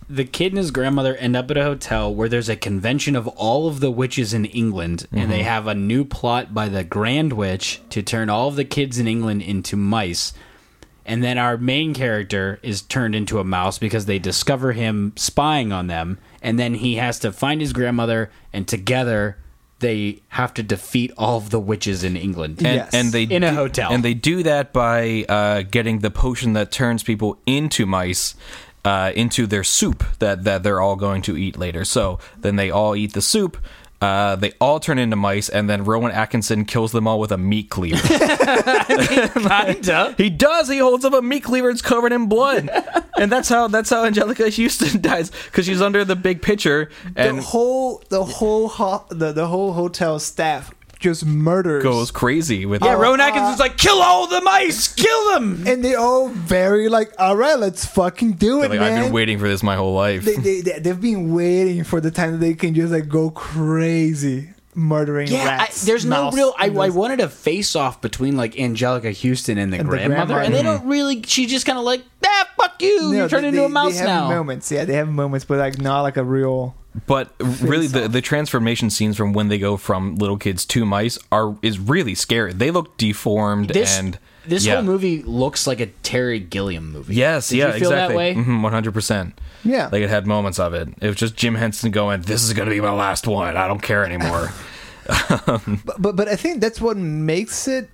S3: the kid and his grandmother end up at a hotel where there's a convention of all of the witches in England, and they have a new plot by the Grand Witch to turn all of the kids in England into mice. And then our main character is turned into a mouse because they discover him spying on them, and then he has to find his grandmother, and together they have to defeat all of the witches in England.
S1: And,
S2: Yes.
S1: and they
S3: In a
S1: do-
S3: hotel.
S1: and they do that by uh, getting the potion that turns people into mice. Uh, into their soup that, that they're all going to eat later. So then they all eat the soup. Uh, they all turn into mice, and then Rowan Atkinson kills them all with a meat cleaver.
S3: [laughs] Kinda.
S1: He does. He holds up a meat cleaver. It's covered in
S3: [laughs]
S1: blood, and that's how that's how Angelica Houston [laughs] dies because she's under the big pitcher. And
S2: the whole the whole ho- the, the whole hotel staff
S4: just murders.
S1: goes crazy with
S3: Yeah, Rowan Atkinson's like, kill all the mice, kill them.
S2: and they all very like, all right, let's fucking do it,
S1: like
S2: man.
S1: I've been waiting for this my whole life.
S2: They, they, they, they've been waiting for the time that they can just like go crazy murdering
S3: Yeah, I,
S2: rats.
S3: there's no
S2: mouse,
S3: real. I,
S2: and
S3: I
S2: those-
S3: wanted a face off between like Angelica Houston and the,
S2: the
S3: grandmother, and they
S2: grandmother.
S3: don't really. She just kind of like, ah, fuck you,
S2: No,
S3: you're turned
S2: they-
S3: into
S2: they-
S3: a mouse
S2: they have
S3: now.
S2: Moments, yeah, they have moments, but like not like a real.
S1: but really the,
S2: off.
S1: the transformation scenes from when they go from little kids to mice are is really scary. They look deformed
S3: This
S1: and
S3: this
S1: yeah.
S3: whole movie looks like a Terry Gilliam movie.
S1: Yes,
S3: Did
S1: yeah,
S3: you feel
S1: exactly. Mm-hmm.
S3: that way?
S1: One hundred percent.
S2: Yeah.
S1: like it had moments of it. It was just Jim Henson going, "This is going to be my last one. I don't care anymore."
S3: [laughs]
S1: [laughs]
S2: But, but but I think that's what makes it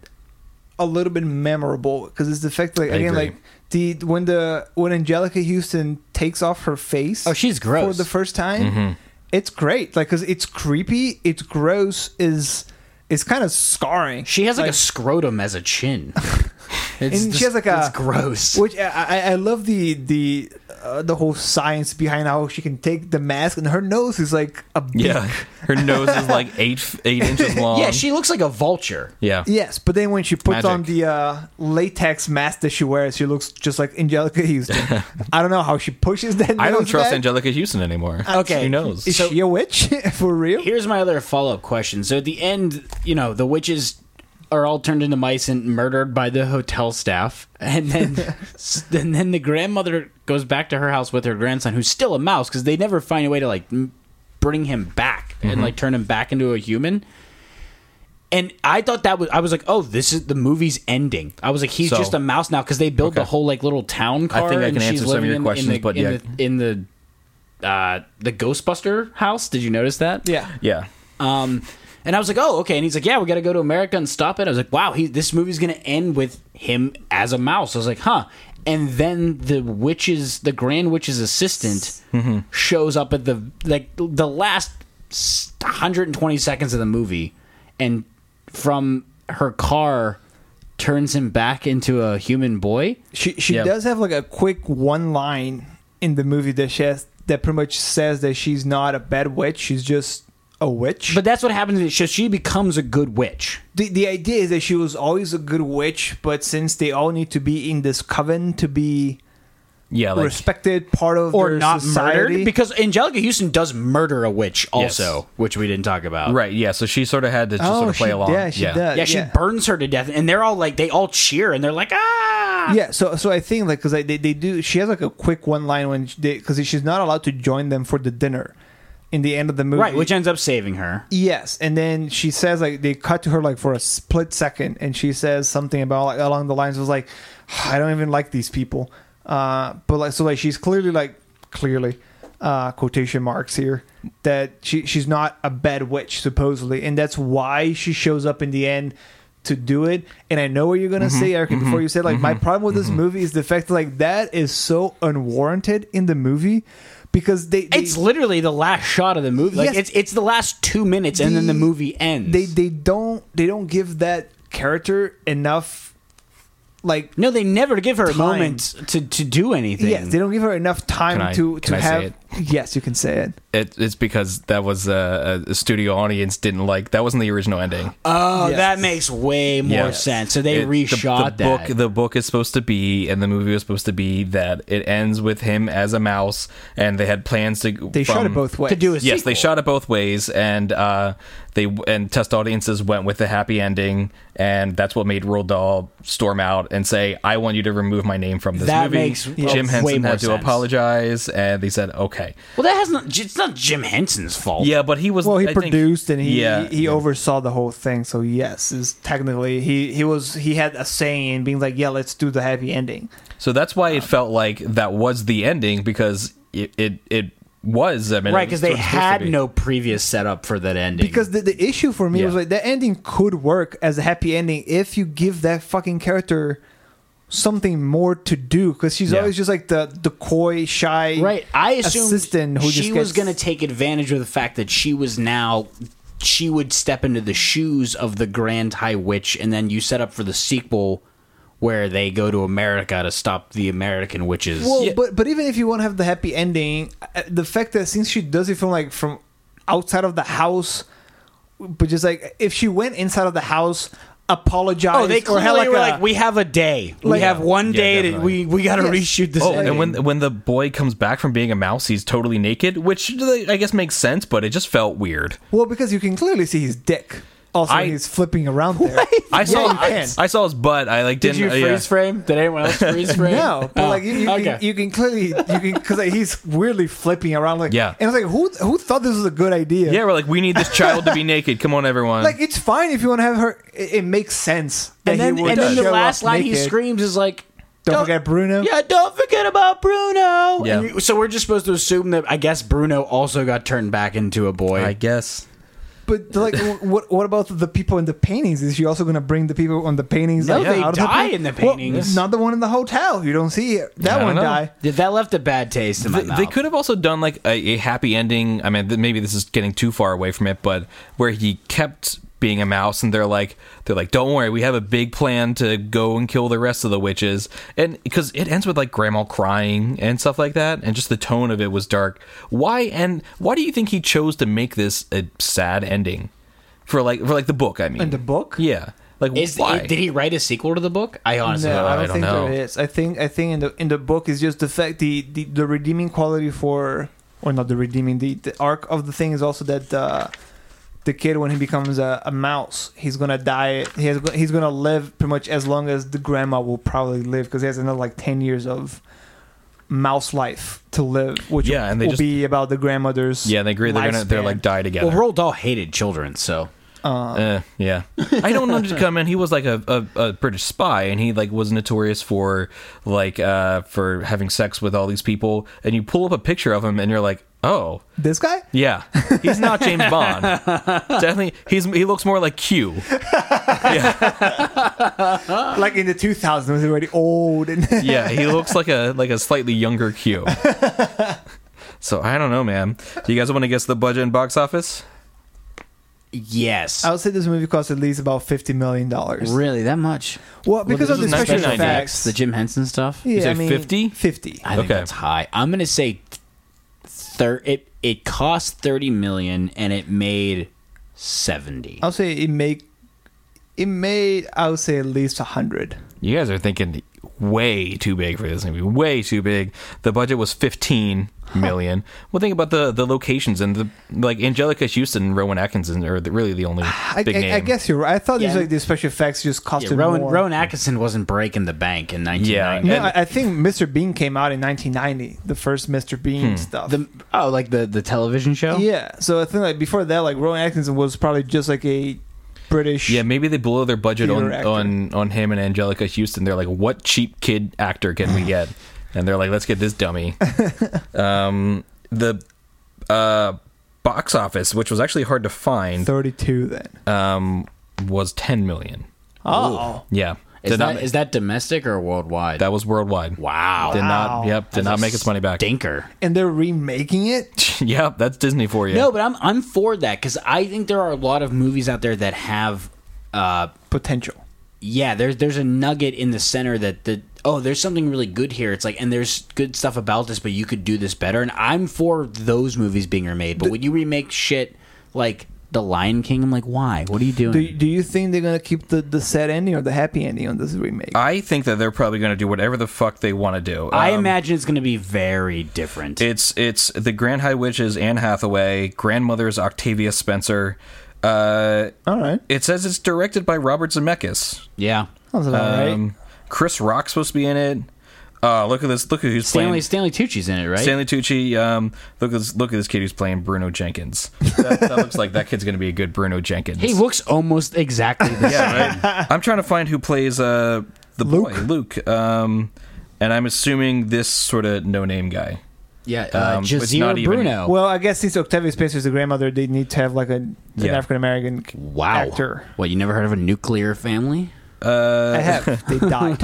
S2: a little bit memorable because it's the fact like
S1: I
S2: again
S1: agree.
S2: like the when the when Angelica Houston takes off her face.
S3: Oh, she's
S2: for
S3: gross.
S2: the first time.
S1: Mm-hmm.
S2: It's great, like because it's creepy, it's gross, is it's kind of scarring.
S3: She has like, a scrotum as a chin.
S2: [laughs]
S3: It's
S2: and
S3: just-
S2: she has like a
S3: it's gross.
S2: Which I, I, I love the the uh, the whole science behind how she can take the mask and her nose is like a beak.
S1: yeah, her nose is like eight eight inches long.
S3: [laughs]
S2: um,
S3: yeah, she looks like a vulture.
S1: yeah.
S2: Yes, but then when she puts
S1: Magic.
S2: on the uh, latex mask that she wears, she looks just like
S1: [laughs]
S2: Angelica Houston. I don't know how she pushes that.
S1: I don't
S2: nose
S1: trust
S2: back.
S1: Angelica Houston anymore.
S3: Okay.
S1: who knows?
S2: Is she a witch [laughs] for real?
S3: Here's my other follow up question. So at the end, you know, the witches are all turned into mice and murdered by the hotel staff, [laughs]
S1: [laughs]
S3: and then and then the grandmother goes back to her house with her grandson, who's still a mouse, because they never find a way to like m- bring him back
S1: Mm-hmm.
S3: and like turn him back into a human. And I thought that was I was like, oh, this is the movie's ending. I was like, he's
S1: So-
S3: just a mouse now because they build the whole like little town car.
S1: think I
S3: and
S1: can
S3: she's
S1: answer some of
S3: living
S1: your
S3: in- in
S1: questions,
S3: the-
S1: but
S3: in
S1: yeah.
S3: the- in the uh, the Ghostbuster house. Did you notice that?
S2: Yeah.
S1: yeah,
S3: Um, and I was like, oh, okay. And he's like, yeah, we got to go to America and stop it. I was like, wow, he, this movie's going to end with him as a mouse. I was like, huh. And then the witch's, the grand witch's assistant shows up at the, like, the last s- 120 seconds of the movie and from her car turns him back into a human boy.
S2: She she
S1: Yeah.
S2: does have like a quick one line in the movie that she has, that pretty much says that she's not a bad witch. She's just a witch.
S3: But that's what happens. So she becomes a good witch.
S2: the, the idea is that she was always a good witch, but since they all need to be in this coven to be
S1: yeah, like
S2: respected, part of
S3: Or
S2: their
S3: not
S2: society,
S3: murdered. Because Angelica Houston does murder a witch
S1: Yes.
S3: also, which we didn't talk about.
S1: right. Yeah, so she sort of had to just
S2: Oh,
S1: sort of play
S2: she-
S1: along.
S2: yeah, she
S1: Uh,
S2: does.
S3: yeah, she
S2: yeah.
S3: burns her to death, and they're all like, they all cheer, and they're like, ah,
S2: yeah. So so I think like because they they do she has like a quick one line when because she's not allowed to join them for the dinner in the end of the movie,
S3: right, which ends up saving her.
S2: Yes, and then she says like they cut to her like for a split second, and she says something about like along the lines was like, I don't even like these people, uh, but like so like she's clearly like clearly uh, quotation marks here that she she's not a bad witch supposedly, and that's why she shows up in the end to do it. And I know what you're gonna say, Eric. and Before you said like my problem with this movie is the fact that, like that is so unwarranted in the movie because they, they
S3: It's literally the last shot of the movie. Like
S2: Yes.
S3: it's it's the last two minutes, and then the
S2: The-
S3: movie ends.
S2: they they don't they don't give that character enough like
S3: no, they never give her a
S2: Time.
S3: moment to to do anything.
S2: yes they don't give her enough time
S1: Can I-
S2: to
S1: can
S2: to
S1: I say
S2: have
S1: it?
S2: yes you can say it
S1: It, it's because that was uh, a, a studio audience didn't like that wasn't the original ending.
S3: Oh,
S2: Yes.
S3: that makes way more
S1: Yes.
S3: sense. So they
S1: It- the-
S3: reshot
S1: the,
S3: that.
S1: book. The book is supposed to be, and the movie was supposed to be that it ends with him as a mouse, and they had plans to.
S2: they shot it both ways
S3: to do a
S1: Yes, they
S3: sequel.
S1: shot it both ways, and uh, they and test audiences went with the happy ending, and that's what made Roald Dahl storm out and say, "I want you to remove my name from this
S3: That
S1: movie."
S3: makes, uh,
S1: Jim
S3: way
S1: Henson
S3: more
S1: had to
S3: sense.
S1: apologize, and they said, "Okay,
S3: Well, that has not. It's not Jim Henson's fault.
S1: yeah," but he was
S2: well he
S1: I think-
S2: produced and he
S1: yeah,
S2: he, he oversaw the whole thing so yes is technically he he was he had a say in being like yeah let's do the happy ending
S1: So that's why it felt like that was the ending because it it, it was. I mean,
S3: right,
S1: it was
S3: because they
S1: supposed to
S3: had
S1: be.
S3: no previous setup for that ending.
S2: because the, the issue for me was
S1: Yeah.
S2: like that ending could work as a happy ending if you give that fucking character something more to do because she's
S1: Yeah.
S2: always just like the the coy shy
S3: Right. I assumed
S2: assistant who
S3: she
S2: just
S3: was
S2: gets-
S3: going to take advantage of the fact that she was now she would step into the shoes of the Grand High Witch, and then you set up for the sequel where they go to America to stop the American witches.
S2: well but but even if you want to have the happy ending uh, the fact that since she does it from like from outside of the house but just like if she went inside of the house, apologized.
S3: Oh, they
S2: or had
S3: clearly
S2: like
S3: were
S2: a-
S3: like, we have a day. we
S2: Like-
S3: have one
S5: Yeah,
S3: day to
S5: definitely.
S3: we we got to
S2: Yes.
S3: reshoot this.
S1: Oh,
S3: ending.
S1: and when when the boy comes back from being a mouse, he's totally naked, which I guess makes sense, but it just felt weird.
S2: well, because you can clearly see his dick. Also,
S1: I-
S2: he's flipping [laughs] around there.
S1: I saw
S2: you
S1: I,
S2: can.
S1: I saw his butt. I like
S3: did
S1: didn't.
S3: you
S1: uh,
S3: freeze
S1: yeah.
S3: frame? Did anyone [laughs] else freeze frame?
S2: No, but
S3: Oh,
S2: like you, you,
S3: okay.
S2: can, you can clearly you can because like, he's weirdly flipping around like
S1: Yeah.
S2: and I was like who who thought this was a good idea
S1: Yeah, we're like, we need this child
S3: [laughs]
S1: to be naked. Come on, everyone.
S2: like it's fine if you want to have her it, it makes sense that
S3: and then,
S2: he would
S3: and then the
S2: show up
S3: last line he
S2: naked.
S3: screams is like,
S2: don't, forget Bruno
S3: Yeah, don't forget about Bruno.
S1: Yeah.
S3: And you- so we're just supposed to assume that I guess Bruno also got turned back into a boy.
S1: I guess.
S2: but like wh- what what about the people in the paintings is she also gonna bring the people on the paintings
S3: No,
S2: out,
S3: they
S2: out of
S3: die
S2: the paint-
S3: in the
S2: Well,
S3: paintings.
S2: not the one in the hotel you don't see it.
S1: I
S2: that
S1: don't
S2: one
S1: know.
S2: die
S3: Yeah, that left a bad taste in my
S1: They,
S3: mouth.
S1: they could have also done like a, a happy ending. I mean, th- maybe this is getting too far away from it, but where he kept being a mouse, and they're like, they're like, don't worry, we have a big plan to go and kill the rest of the witches, and because it ends with like grandma crying and stuff like that, and just the tone of it was dark. Why and why do you think he chose to make this a sad ending for like for like the book? I mean,
S2: in the book
S1: yeah, like
S3: Is
S1: why
S3: did he write a sequel to the book? I honestly
S2: No,
S1: I
S2: I don't
S1: don't
S2: think
S1: know.
S2: there is. I think I think in the in the book is just the fact the, the, the redeeming quality for or not the redeeming the, the arc of the thing is also that uh, the kid when he becomes a, a mouse he's gonna die he has, he's gonna live pretty much as long as the grandma will probably live because he has another like ten years of mouse life to live which
S1: Yeah, and they
S2: will
S1: just-
S2: be about the grandmother's
S1: Yeah, they agree they're gonna they're
S2: lifespan.
S1: like die together.
S3: Well, Roald Dahl hated children, so
S1: Uh, yeah, I don't understand. Come in, he was like a, a, a British spy, and he like was notorious for like uh for having sex with all these people. And you pull up a picture of him, and you're like, oh
S2: this guy
S1: yeah, he's not James Bond. Definitely, he's he looks more like Q.
S2: like in the 2000s he's already old [laughs] and
S1: Yeah, he looks like a like a slightly younger Q. So I don't know, man. Do you guys want to guess the budget and box office?
S3: yes.
S2: I would say this movie cost at least about 50 million dollars
S3: really that much?
S2: Well, because
S1: this
S2: of the
S1: was
S2: special
S1: 1990.
S2: effects.
S3: The Jim Henson stuff.
S2: yeah,
S1: say
S2: I mean,
S1: 50?
S2: 50.
S3: I think
S1: Okay.
S3: that's high. I'm gonna say thir- it it cost thirty million and it made seventy.
S2: I'll say it made it made I would say at least 100.
S1: You guys are thinking way too big for this movie. Way too big. The budget was fifteen million. Well, think about the the locations and the like. Angelica Houston and Rowan Atkinson are the, really the only
S2: [sighs] I,
S1: big
S2: I,
S1: name.
S2: I guess you're right. I thought these
S3: Yeah.
S2: like the special effects just cost
S3: Yeah,
S2: him
S3: Rowan,
S2: more.
S3: Rowan Atkinson wasn't breaking the bank in 1990.
S2: no,
S1: and-
S2: I, I think Mr. Bean came out in 1990, the first Mr.
S1: Hmm.
S2: Bean stuff.
S3: The oh, like the the television show.
S2: yeah, so I think like before that, like Rowan Atkinson was probably just like a British.
S1: Yeah, maybe they blow their budget on,
S2: Theater actor.
S1: on on him and Angelica Houston. They're like, what cheap kid actor can we get? And they're like, let's get this
S2: [laughs]
S1: dummy. um, the uh, box office, which was actually hard to find,
S2: 32 then.
S1: um, was ten million.
S2: Oh,
S1: Yeah,
S3: Is
S1: Did not-
S3: that, is that domestic or worldwide?
S1: that was worldwide.
S3: wow.
S1: Did not. Yep. Did
S3: That's
S1: not
S3: a
S1: make its money back.
S3: Stinker.
S2: and they're remaking
S1: [laughs]
S2: it.
S1: yep. That's Disney for you.
S3: No, but I'm I'm for that because I think there are a lot of movies out there that have, uh,
S2: Potential.
S3: yeah, there's there's a nugget in the center that the oh there's something really good here. It's like and there's good stuff about this, but you could do this better. And I'm for those movies being remade. But when you remake shit like The Lion King, I'm like, why? What are you doing?
S2: Do, do you think they're gonna keep the, the sad ending or the happy ending on this remake?
S1: I think that they're probably going to do whatever the fuck they want to do.
S3: I
S1: Um,
S3: imagine it's going to be very different.
S1: it's it's the Grand High Witch is Anne Hathaway. Grandmother's Octavia Spencer. Uh,
S3: Oh.
S2: All right,
S1: it says it's directed by Robert Zemeckis.
S3: yeah.
S2: sounds about right.
S1: Um, Chris Rock's supposed to be in it. Uh, look at this. Look at who's
S3: Stanley
S1: playing
S3: Stanley Tucci's in it, right?
S1: Stanley Tucci. Um, look at this. Look at this kid who's playing Bruno Jenkins. That, that looks like that kid's going to be a good Bruno Jenkins.
S3: he looks almost exactly the
S1: [laughs]
S2: [laughs]
S3: same.
S1: Yeah, right. I'm trying to find who plays uh the boy Luke. Um, and I'm assuming this sort of no name guy.
S3: Yeah, uh,
S1: Um, it's not even-
S2: Well, I guess since Octavia Spencer's the grandmother, they need to have like a, an
S1: Yeah.
S2: African American
S3: wow.
S2: actor.
S3: What, you never heard of a nuclear family?
S1: Uh, [laughs]
S2: I have. They died.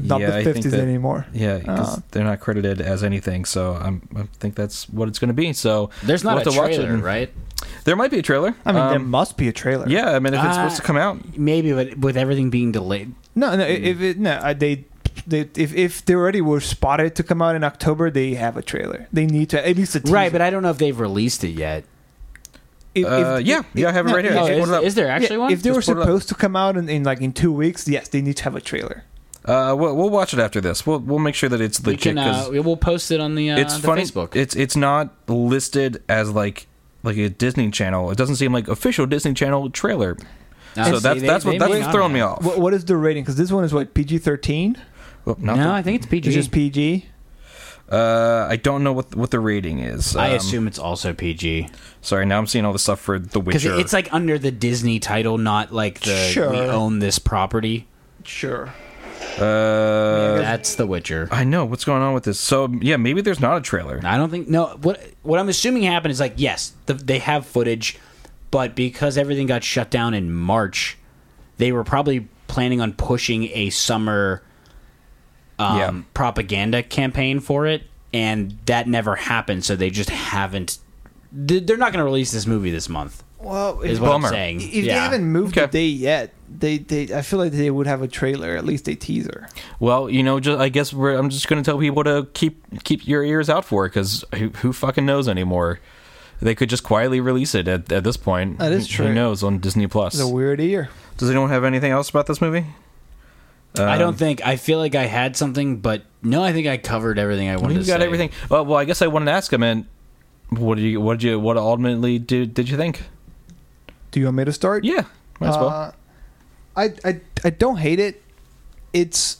S2: Not
S1: Yeah, I
S2: the
S1: think
S2: fifties
S1: that-
S2: anymore. Oh.
S1: Yeah, 'cause they're not credited as anything, so I'm, I think that's what it's going to be. So
S3: There's not
S1: we'll
S3: a
S1: have to watch
S3: trailer,
S1: it.
S3: right?
S1: There might be a trailer.
S2: I mean,
S1: Um,
S2: there must be a trailer.
S1: yeah, I mean, if it's
S3: Uh,
S1: supposed to come out,
S3: Maybe, but with everything being delayed.
S2: No,
S1: Mm.
S2: no. i- If it, no, I- they, they, if if they already were spotted to come out in October, they have a trailer. They need to at least a teaser.
S3: Right, but I don't know if they've released it yet.
S2: if,
S1: Uh,
S2: if-
S1: yeah, yeah, I have it
S2: no,
S1: right here.
S3: Oh,
S1: Just
S3: is,
S1: pull it up.
S3: is there actually
S2: yeah,
S3: one?
S2: If they
S1: Just
S2: were
S1: put it up.
S2: supposed to come out in, in like in two weeks, yes, they need to have a trailer.
S1: Uh, we'll, we'll watch it after this. We'll we'll make sure that it's
S3: we
S1: legit
S3: can. Uh,
S1: 'cause
S3: we'll post it on the, uh,
S1: it's
S3: the
S1: funny.
S3: Facebook.
S1: It's it's not listed as like like a Disney Channel. It doesn't seem like official Disney Channel trailer.
S3: No,
S1: so
S3: see,
S1: that's
S3: they-
S1: that's
S3: they
S1: what that's
S3: may
S1: what's
S3: not
S1: throwing me
S3: have.
S1: off.
S2: What, what is the rating? Because this one is what PG thirteen.
S1: Well, not
S3: No, I think it's PG.
S2: It's just
S1: the-
S2: PG.
S1: uh, I don't know what what the rating is.
S3: I
S1: Um,
S3: assume it's also PG
S1: Sorry, now I'm seeing all the stuff for The
S3: because
S1: Witcher.
S3: it's like under the Disney title, not like the
S2: Sure.
S3: we own this property.
S2: Sure.
S1: uh,
S3: That's The Witcher.
S1: I know what's going on with this. So yeah, maybe there's not a trailer.
S3: I don't think no. What what I'm assuming happened is like yes, the, they have footage, but because everything got shut down in March, they were probably planning on pushing a summer um,
S1: Yeah.
S3: propaganda campaign for it, and that never happened. So they just haven't. they- They're not going to release this movie this month.
S2: Well,
S3: Is
S2: if,
S3: what
S1: Bummer.
S3: I'm saying.
S2: if they
S3: yeah.
S2: haven't moved
S1: Okay.
S2: the day yet, they, they I feel like they would have a trailer, at least a teaser.
S1: Well, you know, just I guess we're, I'm just going to tell people to keep keep your ears out for it because who, who fucking knows anymore? They could just quietly release it at, at this point.
S2: That is
S1: Who- Who
S2: true.
S1: knows on Disney Plus?
S2: It's a weird year.
S1: Does anyone have anything else about this movie?
S3: I don't think. I feel like I had something, but no, I think I covered everything I wanted.
S1: You
S3: to
S1: got
S3: say.
S1: everything. Well, well, I guess I wanted to ask him. And what did you what did you what ultimately did did you think?
S2: Do you want me to start?
S1: Yeah, might as well.
S2: Uh, I, I I don't hate it. It's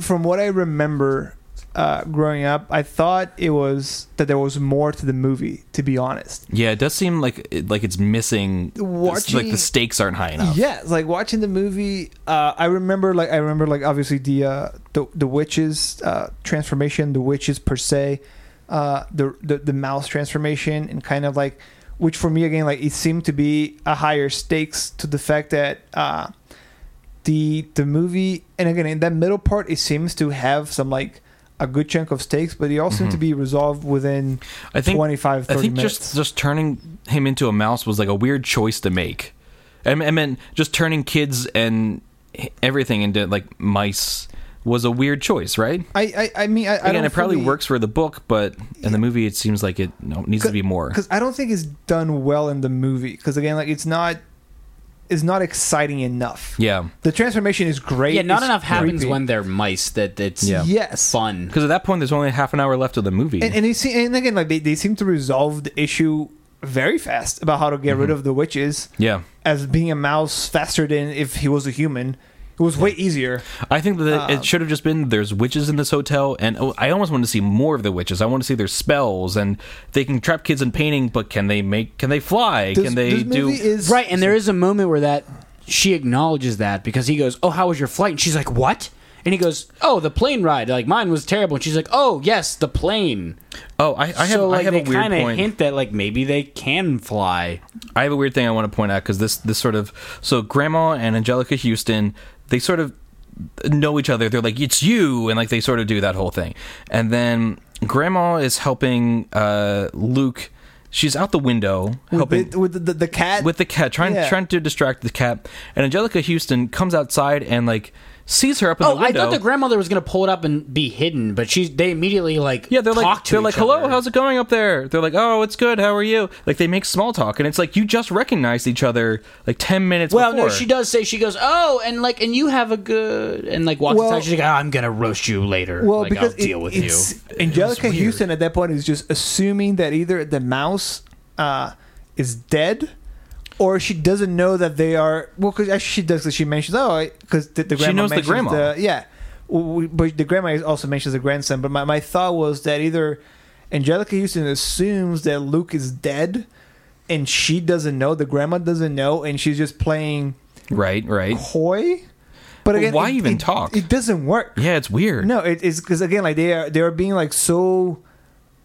S2: from what I remember uh, growing up. I thought it was that there was more to the movie. To be honest,
S1: Yeah, it does seem like it- like it's missing. it's like
S2: Watching-
S1: the stakes aren't high enough.
S2: yeah, it's like watching the movie. Uh, I remember like I remember like obviously the uh, the the witches uh, transformation, the witches per se, uh, the, the the mouse transformation, and kind of like which for me again like it seemed to be a higher stakes to the fact that. Uh, the the movie and again in that middle part it seems to have some like a good chunk of stakes but they all seem to be resolved within
S1: Mm-hmm. I think-
S2: 25
S1: I
S2: 30
S1: think
S2: minutes
S1: just just turning him into a mouse was like a weird choice to make. I mean, I mean, just turning kids and h- everything into like mice was a weird choice, right?
S2: I, I i mean i, I
S1: Again,
S2: don't
S1: it probably
S2: fully-
S1: works for the book, but in the movie, it seems like it no, it needs to be more.
S2: because i don't think it's done well in the movie because again like it's not it's not exciting enough
S1: Yeah,
S2: the transformation is great
S3: Yeah, not
S2: it's
S3: enough happens
S2: creepy.
S3: when they're mice that it's
S1: Yeah.
S2: yes
S3: fun.
S1: because at that point, there's only half an hour left of the movie.
S2: and, and they see and again like they, they seem to resolve the issue very fast about how to get
S1: Mm-hmm.
S2: rid of the witches
S1: yeah,
S2: as being a mouse faster than if he was a human it was way easier
S1: I think that it should have just been there's witches in this hotel, and oh, I almost want to see more of the witches. I want to see their spells, and they can trap kids in painting, but can they make? Can they fly?
S2: This-
S1: can they
S2: this
S1: do?
S2: movie is
S3: Right, and there is a moment where that she acknowledges that because he goes, "Oh, how was your flight?" And she's like, "What?" And he goes, "Oh, the plane ride. Like mine was terrible." And she's like, "Oh, yes, the plane."
S1: oh, I, I have,
S3: so like
S1: I have
S3: they
S1: a weird
S3: kinda
S1: point.
S3: hint that like maybe they can fly.
S1: I have a weird thing I want to point out because this this sort of so Grandma and Angelica Houston they sort of know each other. They're like it's you, and like they sort of do that whole thing. And then Grandma is helping uh, Luke. She's out the window
S2: with,
S1: helping
S2: the, with the, the, the cat
S1: with the cat, trying
S2: Yeah.
S1: trying to distract the cat. And Angelica Houston comes outside and like sees her up in
S3: Oh,
S1: the
S3: I
S1: window.
S3: thought the grandmother was gonna pull it up and be hidden, but she they immediately like
S1: yeah, they're like
S3: talk to
S1: they're
S3: each
S1: like, "Hello,
S3: other.
S1: how's it going up there?" They're like, "Oh, it's good. How are you?" Like they make small talk, and it's like you just recognized each other like ten minutes.
S3: Well,
S1: before.
S3: no, she does say she goes, "Oh, and like, and you have a good," and like walks
S2: Well-
S3: inside. She's like, oh, "I'm gonna roast you later.
S2: well
S3: like,
S2: because
S3: I'll deal
S2: it-
S3: with you."
S2: it's angelica houston at that point is just assuming that either the mouse uh, is dead or she doesn't know that they are well because she does 'cause she mentions oh because the, the
S1: She
S2: grandma
S1: knows the
S2: mentions
S1: grandma.
S2: yeah W- w- but the grandma is- also mentions the grandson but my, my thought was that either angelica houston assumes that luke is dead and she doesn't know the grandma doesn't know and she's just playing
S1: Right,
S3: [sighs]
S1: right.
S2: coy. But
S1: Well,
S2: again,
S1: why
S2: it-
S1: even
S2: it-
S1: talk?
S2: It doesn't work.
S1: Yeah, it's weird.
S2: No, it is because again, like they are they are being like so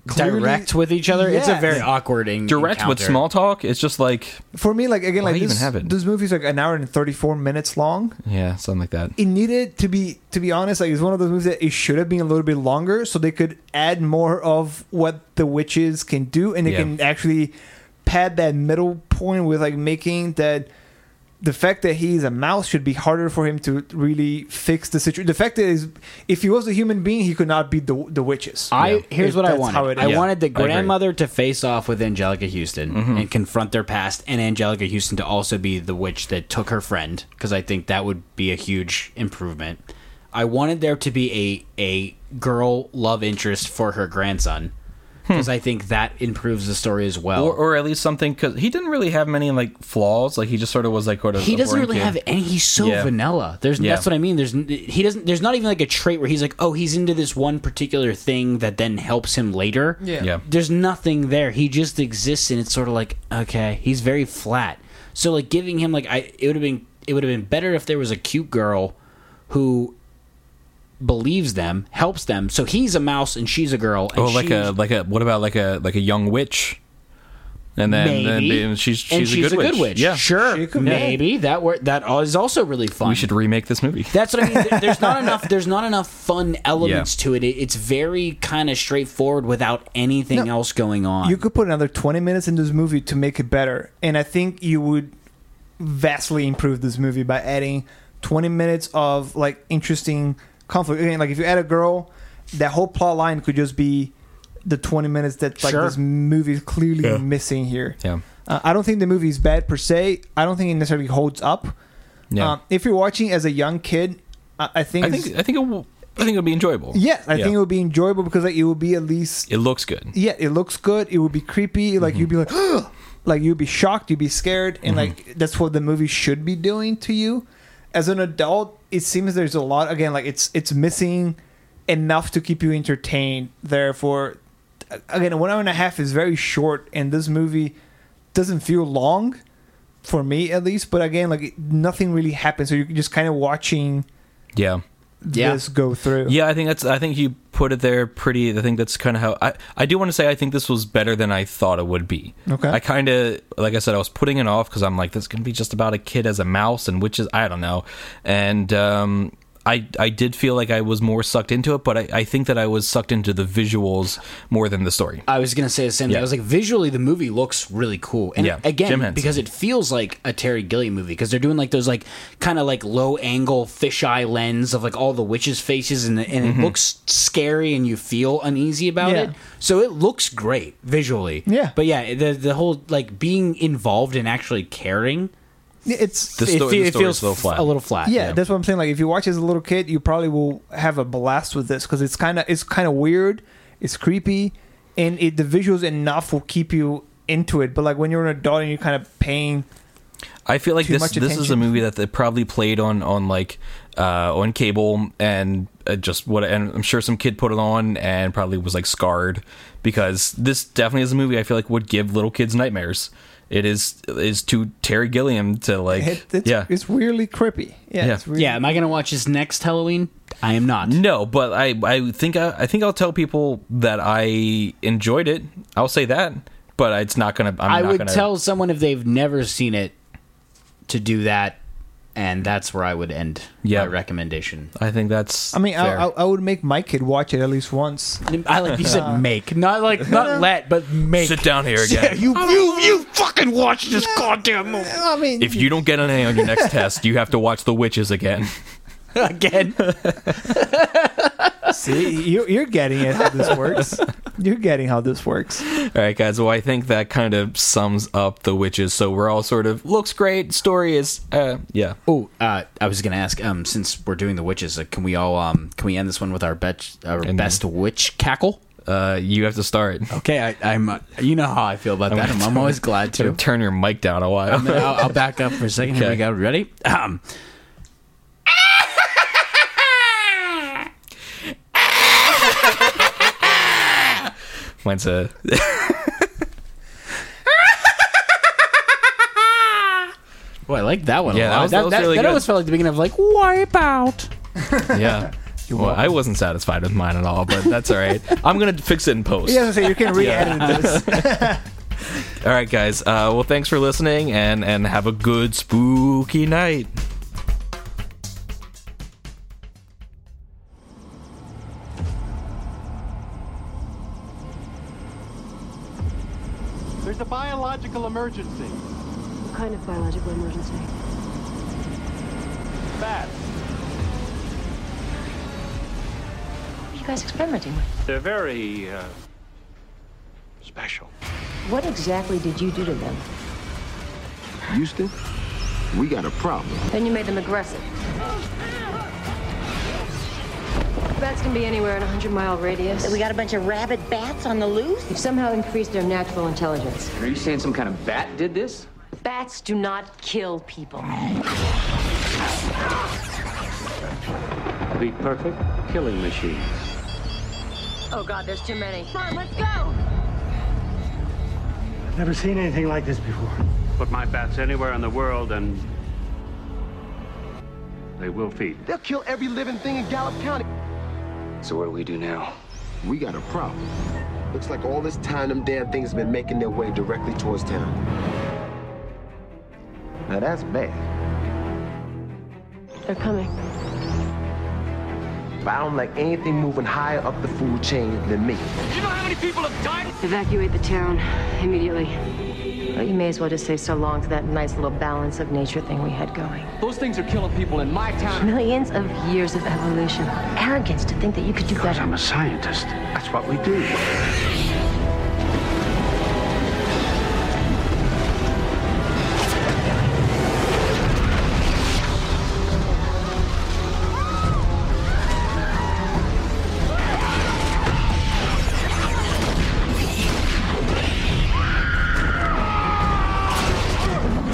S2: clearly-
S3: direct with each other. It's a
S2: Yeah.
S3: very awkward en-
S1: direct with
S3: encounter.
S1: small talk. It's just like
S2: For me, like again,
S1: Why
S2: like
S1: even
S2: this,
S1: have it?
S2: this movie's like an hour and thirty four minutes long.
S1: yeah, something like that.
S2: It needed to be, to be honest, like it's one of those movies that it should have been a little bit longer, so they could add more of what the witches can do, and they
S1: Yeah.
S2: can actually pad that middle point with like making that the fact that he's a mouse should be harder for him to really fix the situation. The fact that is, if he was a human being, he could not beat the the witches.
S3: I
S1: Yeah.
S3: here's
S2: If
S3: what I
S2: that's
S3: wanted.
S2: how it
S3: I
S1: is.
S3: wanted the
S1: Yeah, I agree. Mm-hmm.
S3: grandmother to face off with Angelica Houston and confront their past, and Angelica Houston to also be the witch that took her friend, because I think that would be a huge improvement. I wanted there to be a a girl love interest for her grandson,
S1: Hmm.
S3: because I think that improves the story as well.
S1: or, or at least something because he didn't really have many like flaws. Like he just sort of was like what a
S3: he
S1: a
S3: doesn't
S1: boring
S3: really
S1: kid.
S3: have any. He's so
S1: Yeah.
S3: vanilla. There's
S1: Yeah.
S3: that's what I mean. There's n- he doesn't. There's not even like a trait where he's like, oh, he's into this one particular thing that then helps him later.
S2: Yeah.
S1: Yeah,
S3: there's nothing there. He just exists, and it's sort of like okay, he's very flat. So like giving him like I, it would have been it would have been better if there was a cute girl who believes them, helps them. So he's a mouse and she's a girl. And
S1: Oh, like
S3: she-
S1: a like a what about like a like a young witch, and then, then
S3: maybe,
S1: and she's she's,
S3: and
S1: a, good witch. Yeah,
S3: sure,
S2: She could be.
S3: maybe that were that is also really fun.
S1: we should remake this movie.
S3: That's what I mean. There- There's not enough. There's not enough
S1: [laughs]
S3: fun elements to it. It- It's very kind of straightforward without anything
S2: No.
S3: else going on.
S2: You could put another 20 minutes in this movie to make it better. And I think you would vastly improve this movie by adding 20 minutes of like interesting conflict. Again, like if you add a girl, that whole plot line could just be the 20 minutes that like
S3: Sure.
S2: this movie is clearly missing here.
S1: Yeah,
S2: Uh, I don't think the movie is bad per se. I don't think it necessarily holds up.
S1: yeah.
S2: Um, if you're watching as a young kid, I, I think,
S1: I think
S2: it's-
S1: I think it will, I think it'll be enjoyable.
S2: yes, I
S1: Yeah.
S2: think it would be enjoyable because like, it would be at least
S1: it looks good.
S2: yeah, it looks good. It would be creepy.
S1: Mm-hmm.
S2: Like you'd be like, [gasps] like you'd be shocked. You'd be scared, and like
S1: Mm-hmm.
S2: that's what the movie should be doing to you. As an adult, it seems there's a lot. Again, like it's it's missing enough to keep you entertained. Therefore, again, one hour and a half is very short, and this movie doesn't feel long for me at least. But again, like it- nothing really happens, so you're just kind of watching
S1: Yeah,
S3: Yeah.
S2: this go through.
S1: yeah. I think that's I think you put it there pretty. I think that's kind of how I I do want to say I think this was better than I thought it would be.
S2: Okay.
S1: I kind of like I said I was putting it off because I'm like this can be just about a kid as a mouse and witches. I don't know, and um. I, I did feel like I was more sucked into it, but I, I think that I was sucked into the visuals more than the story.
S3: I was gonna say the same thing.
S1: Yeah.
S3: I was like, visually, the movie looks really cool, and
S1: Yeah. Jim
S3: again,
S1: Henson.
S3: because it feels like a Terry Gilliam movie, because they're doing like those like kind of like low angle fisheye lens of like all the witches' faces, and, and
S1: Mm-hmm.
S3: it looks scary, and you feel uneasy about
S2: Yeah.
S3: it. So it looks great visually.
S2: Yeah.
S3: but yeah, the the whole like being involved and actually caring,
S2: It's
S1: The
S3: it,
S1: sto-
S3: fe-
S1: the
S3: it
S1: story's
S3: feels
S1: a little
S3: f-
S1: flat.
S3: a little flat.
S2: yeah, that's what I'm saying. Like, if you watch as a little kid, you probably will have a blast with this because it's kind of it's kind of weird, it's creepy, and it the visuals enough will keep you into it. But like when you're an adult and you're kind of paying,
S1: I feel like
S2: too
S1: this
S2: much
S1: this is a
S2: attention.
S1: movie that they probably played on on like uh, on cable and uh, just what and I'm sure some kid put it on and probably was like scarred because this definitely is a movie I feel like would give little kids nightmares. It is is to Terry Gilliam to like
S2: it, it's,
S1: yeah
S2: it's weirdly creepy. Yeah,
S1: Yeah.
S2: It's weird.
S3: yeah. Am I gonna watch this next Halloween? I am not.
S1: no, but I I think uh, I, I think I'll tell people that I enjoyed it. I'll say that, but it's not gonna. I'm
S3: i
S1: not
S3: would
S1: gonna,
S3: tell someone if they've never seen it to do that, and that's where I would end
S1: Yeah.
S3: my recommendation.
S1: I think that's.
S2: I mean, I,
S1: fair.
S2: I, I would make my kid watch it at least once.
S3: I like uh, you said, make not like [laughs] not let, but make.
S1: sit down
S3: [laughs]
S1: here again.
S3: you you you fucking watch this goddamn movie
S2: I mean,
S1: if you don't get an A on your
S2: [laughs]
S1: next test, you have to watch The Witches again.
S3: [laughs] again.
S2: see, [laughs] you're, you're getting it how
S1: [laughs]
S2: this works. you're getting how this works.
S1: All right, guys. Well, I think that kind of sums up The Witches. So we're all sort of looks great. Story is, uh, yeah.
S3: Oh, uh, I was gonna ask. Um, since we're doing the witches, uh, can we all um can we end this one with our bet our best witch cackle?
S1: Uh, you have to start.
S3: Okay, I, I'm. Uh, you know how I feel about that. I'm, I'm always glad to.
S1: Turn your mic down a while.
S3: No, [laughs] I'll, I'll back up for a second. Here we
S1: Okay.
S3: go. Ready? Um,
S1: [laughs] Mine's a.
S3: oh, I like that one
S1: Yeah,
S3: a
S1: that
S3: lot.
S1: was- that was really good.
S3: almost felt like the beginning of like wipe out.
S1: Yeah. Well, I wasn't satisfied with mine at all, but that's all right. I'm gonna fix it in post.
S2: Yeah, so you can re-edit this.
S1: All right, guys. Uh, well, thanks for listening, and and have a good spooky night.
S6: There's a biological emergency.
S7: What kind of biological emergency?
S8: fast.
S9: What are you guys experimenting with?
S8: They're very uh, special.
S9: What exactly did you do to them?
S7: Houston, we got a problem.
S9: Then you made them aggressive. Bats can be anywhere in a 100 mile radius.
S10: We got a bunch of rabid bats on the loose.
S9: You've somehow increased their natural intelligence.
S11: Are you saying some kind of bat did this?
S9: Bats do not kill people.
S8: The perfect killing machine.
S9: Oh god, there's too many.
S12: Never seen anything like this before.
S8: Put my bats anywhere in the world and they will feed.
S7: They'll kill every living thing in Gallup County.
S11: So what do we do now?
S7: We got a problem. Looks like all this time them damn things have been making their way directly towards town. Now that's bad.
S9: They're coming.
S7: But I don't like anything moving higher up the food chain than me.
S9: Evacuate the town immediately. You may as well just say so long to that nice little balance of nature thing we had going.
S11: Those things are killing people in my town.
S9: Millions of years of evolution. Arrogance to think that you could do better.
S8: I'm a scientist. That's what we do.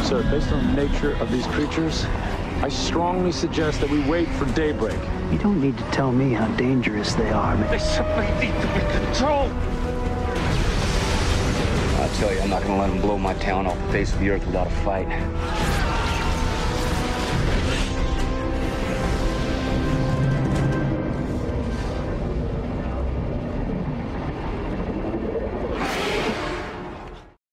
S12: Sir, based on the nature of these creatures, I strongly suggest that we wait for daybreak.
S13: You don't need to tell me how dangerous they are, man.
S8: They simply need to be controlled.
S11: I tell you, I'm not gonna let them blow my town off the face of the earth without a fight.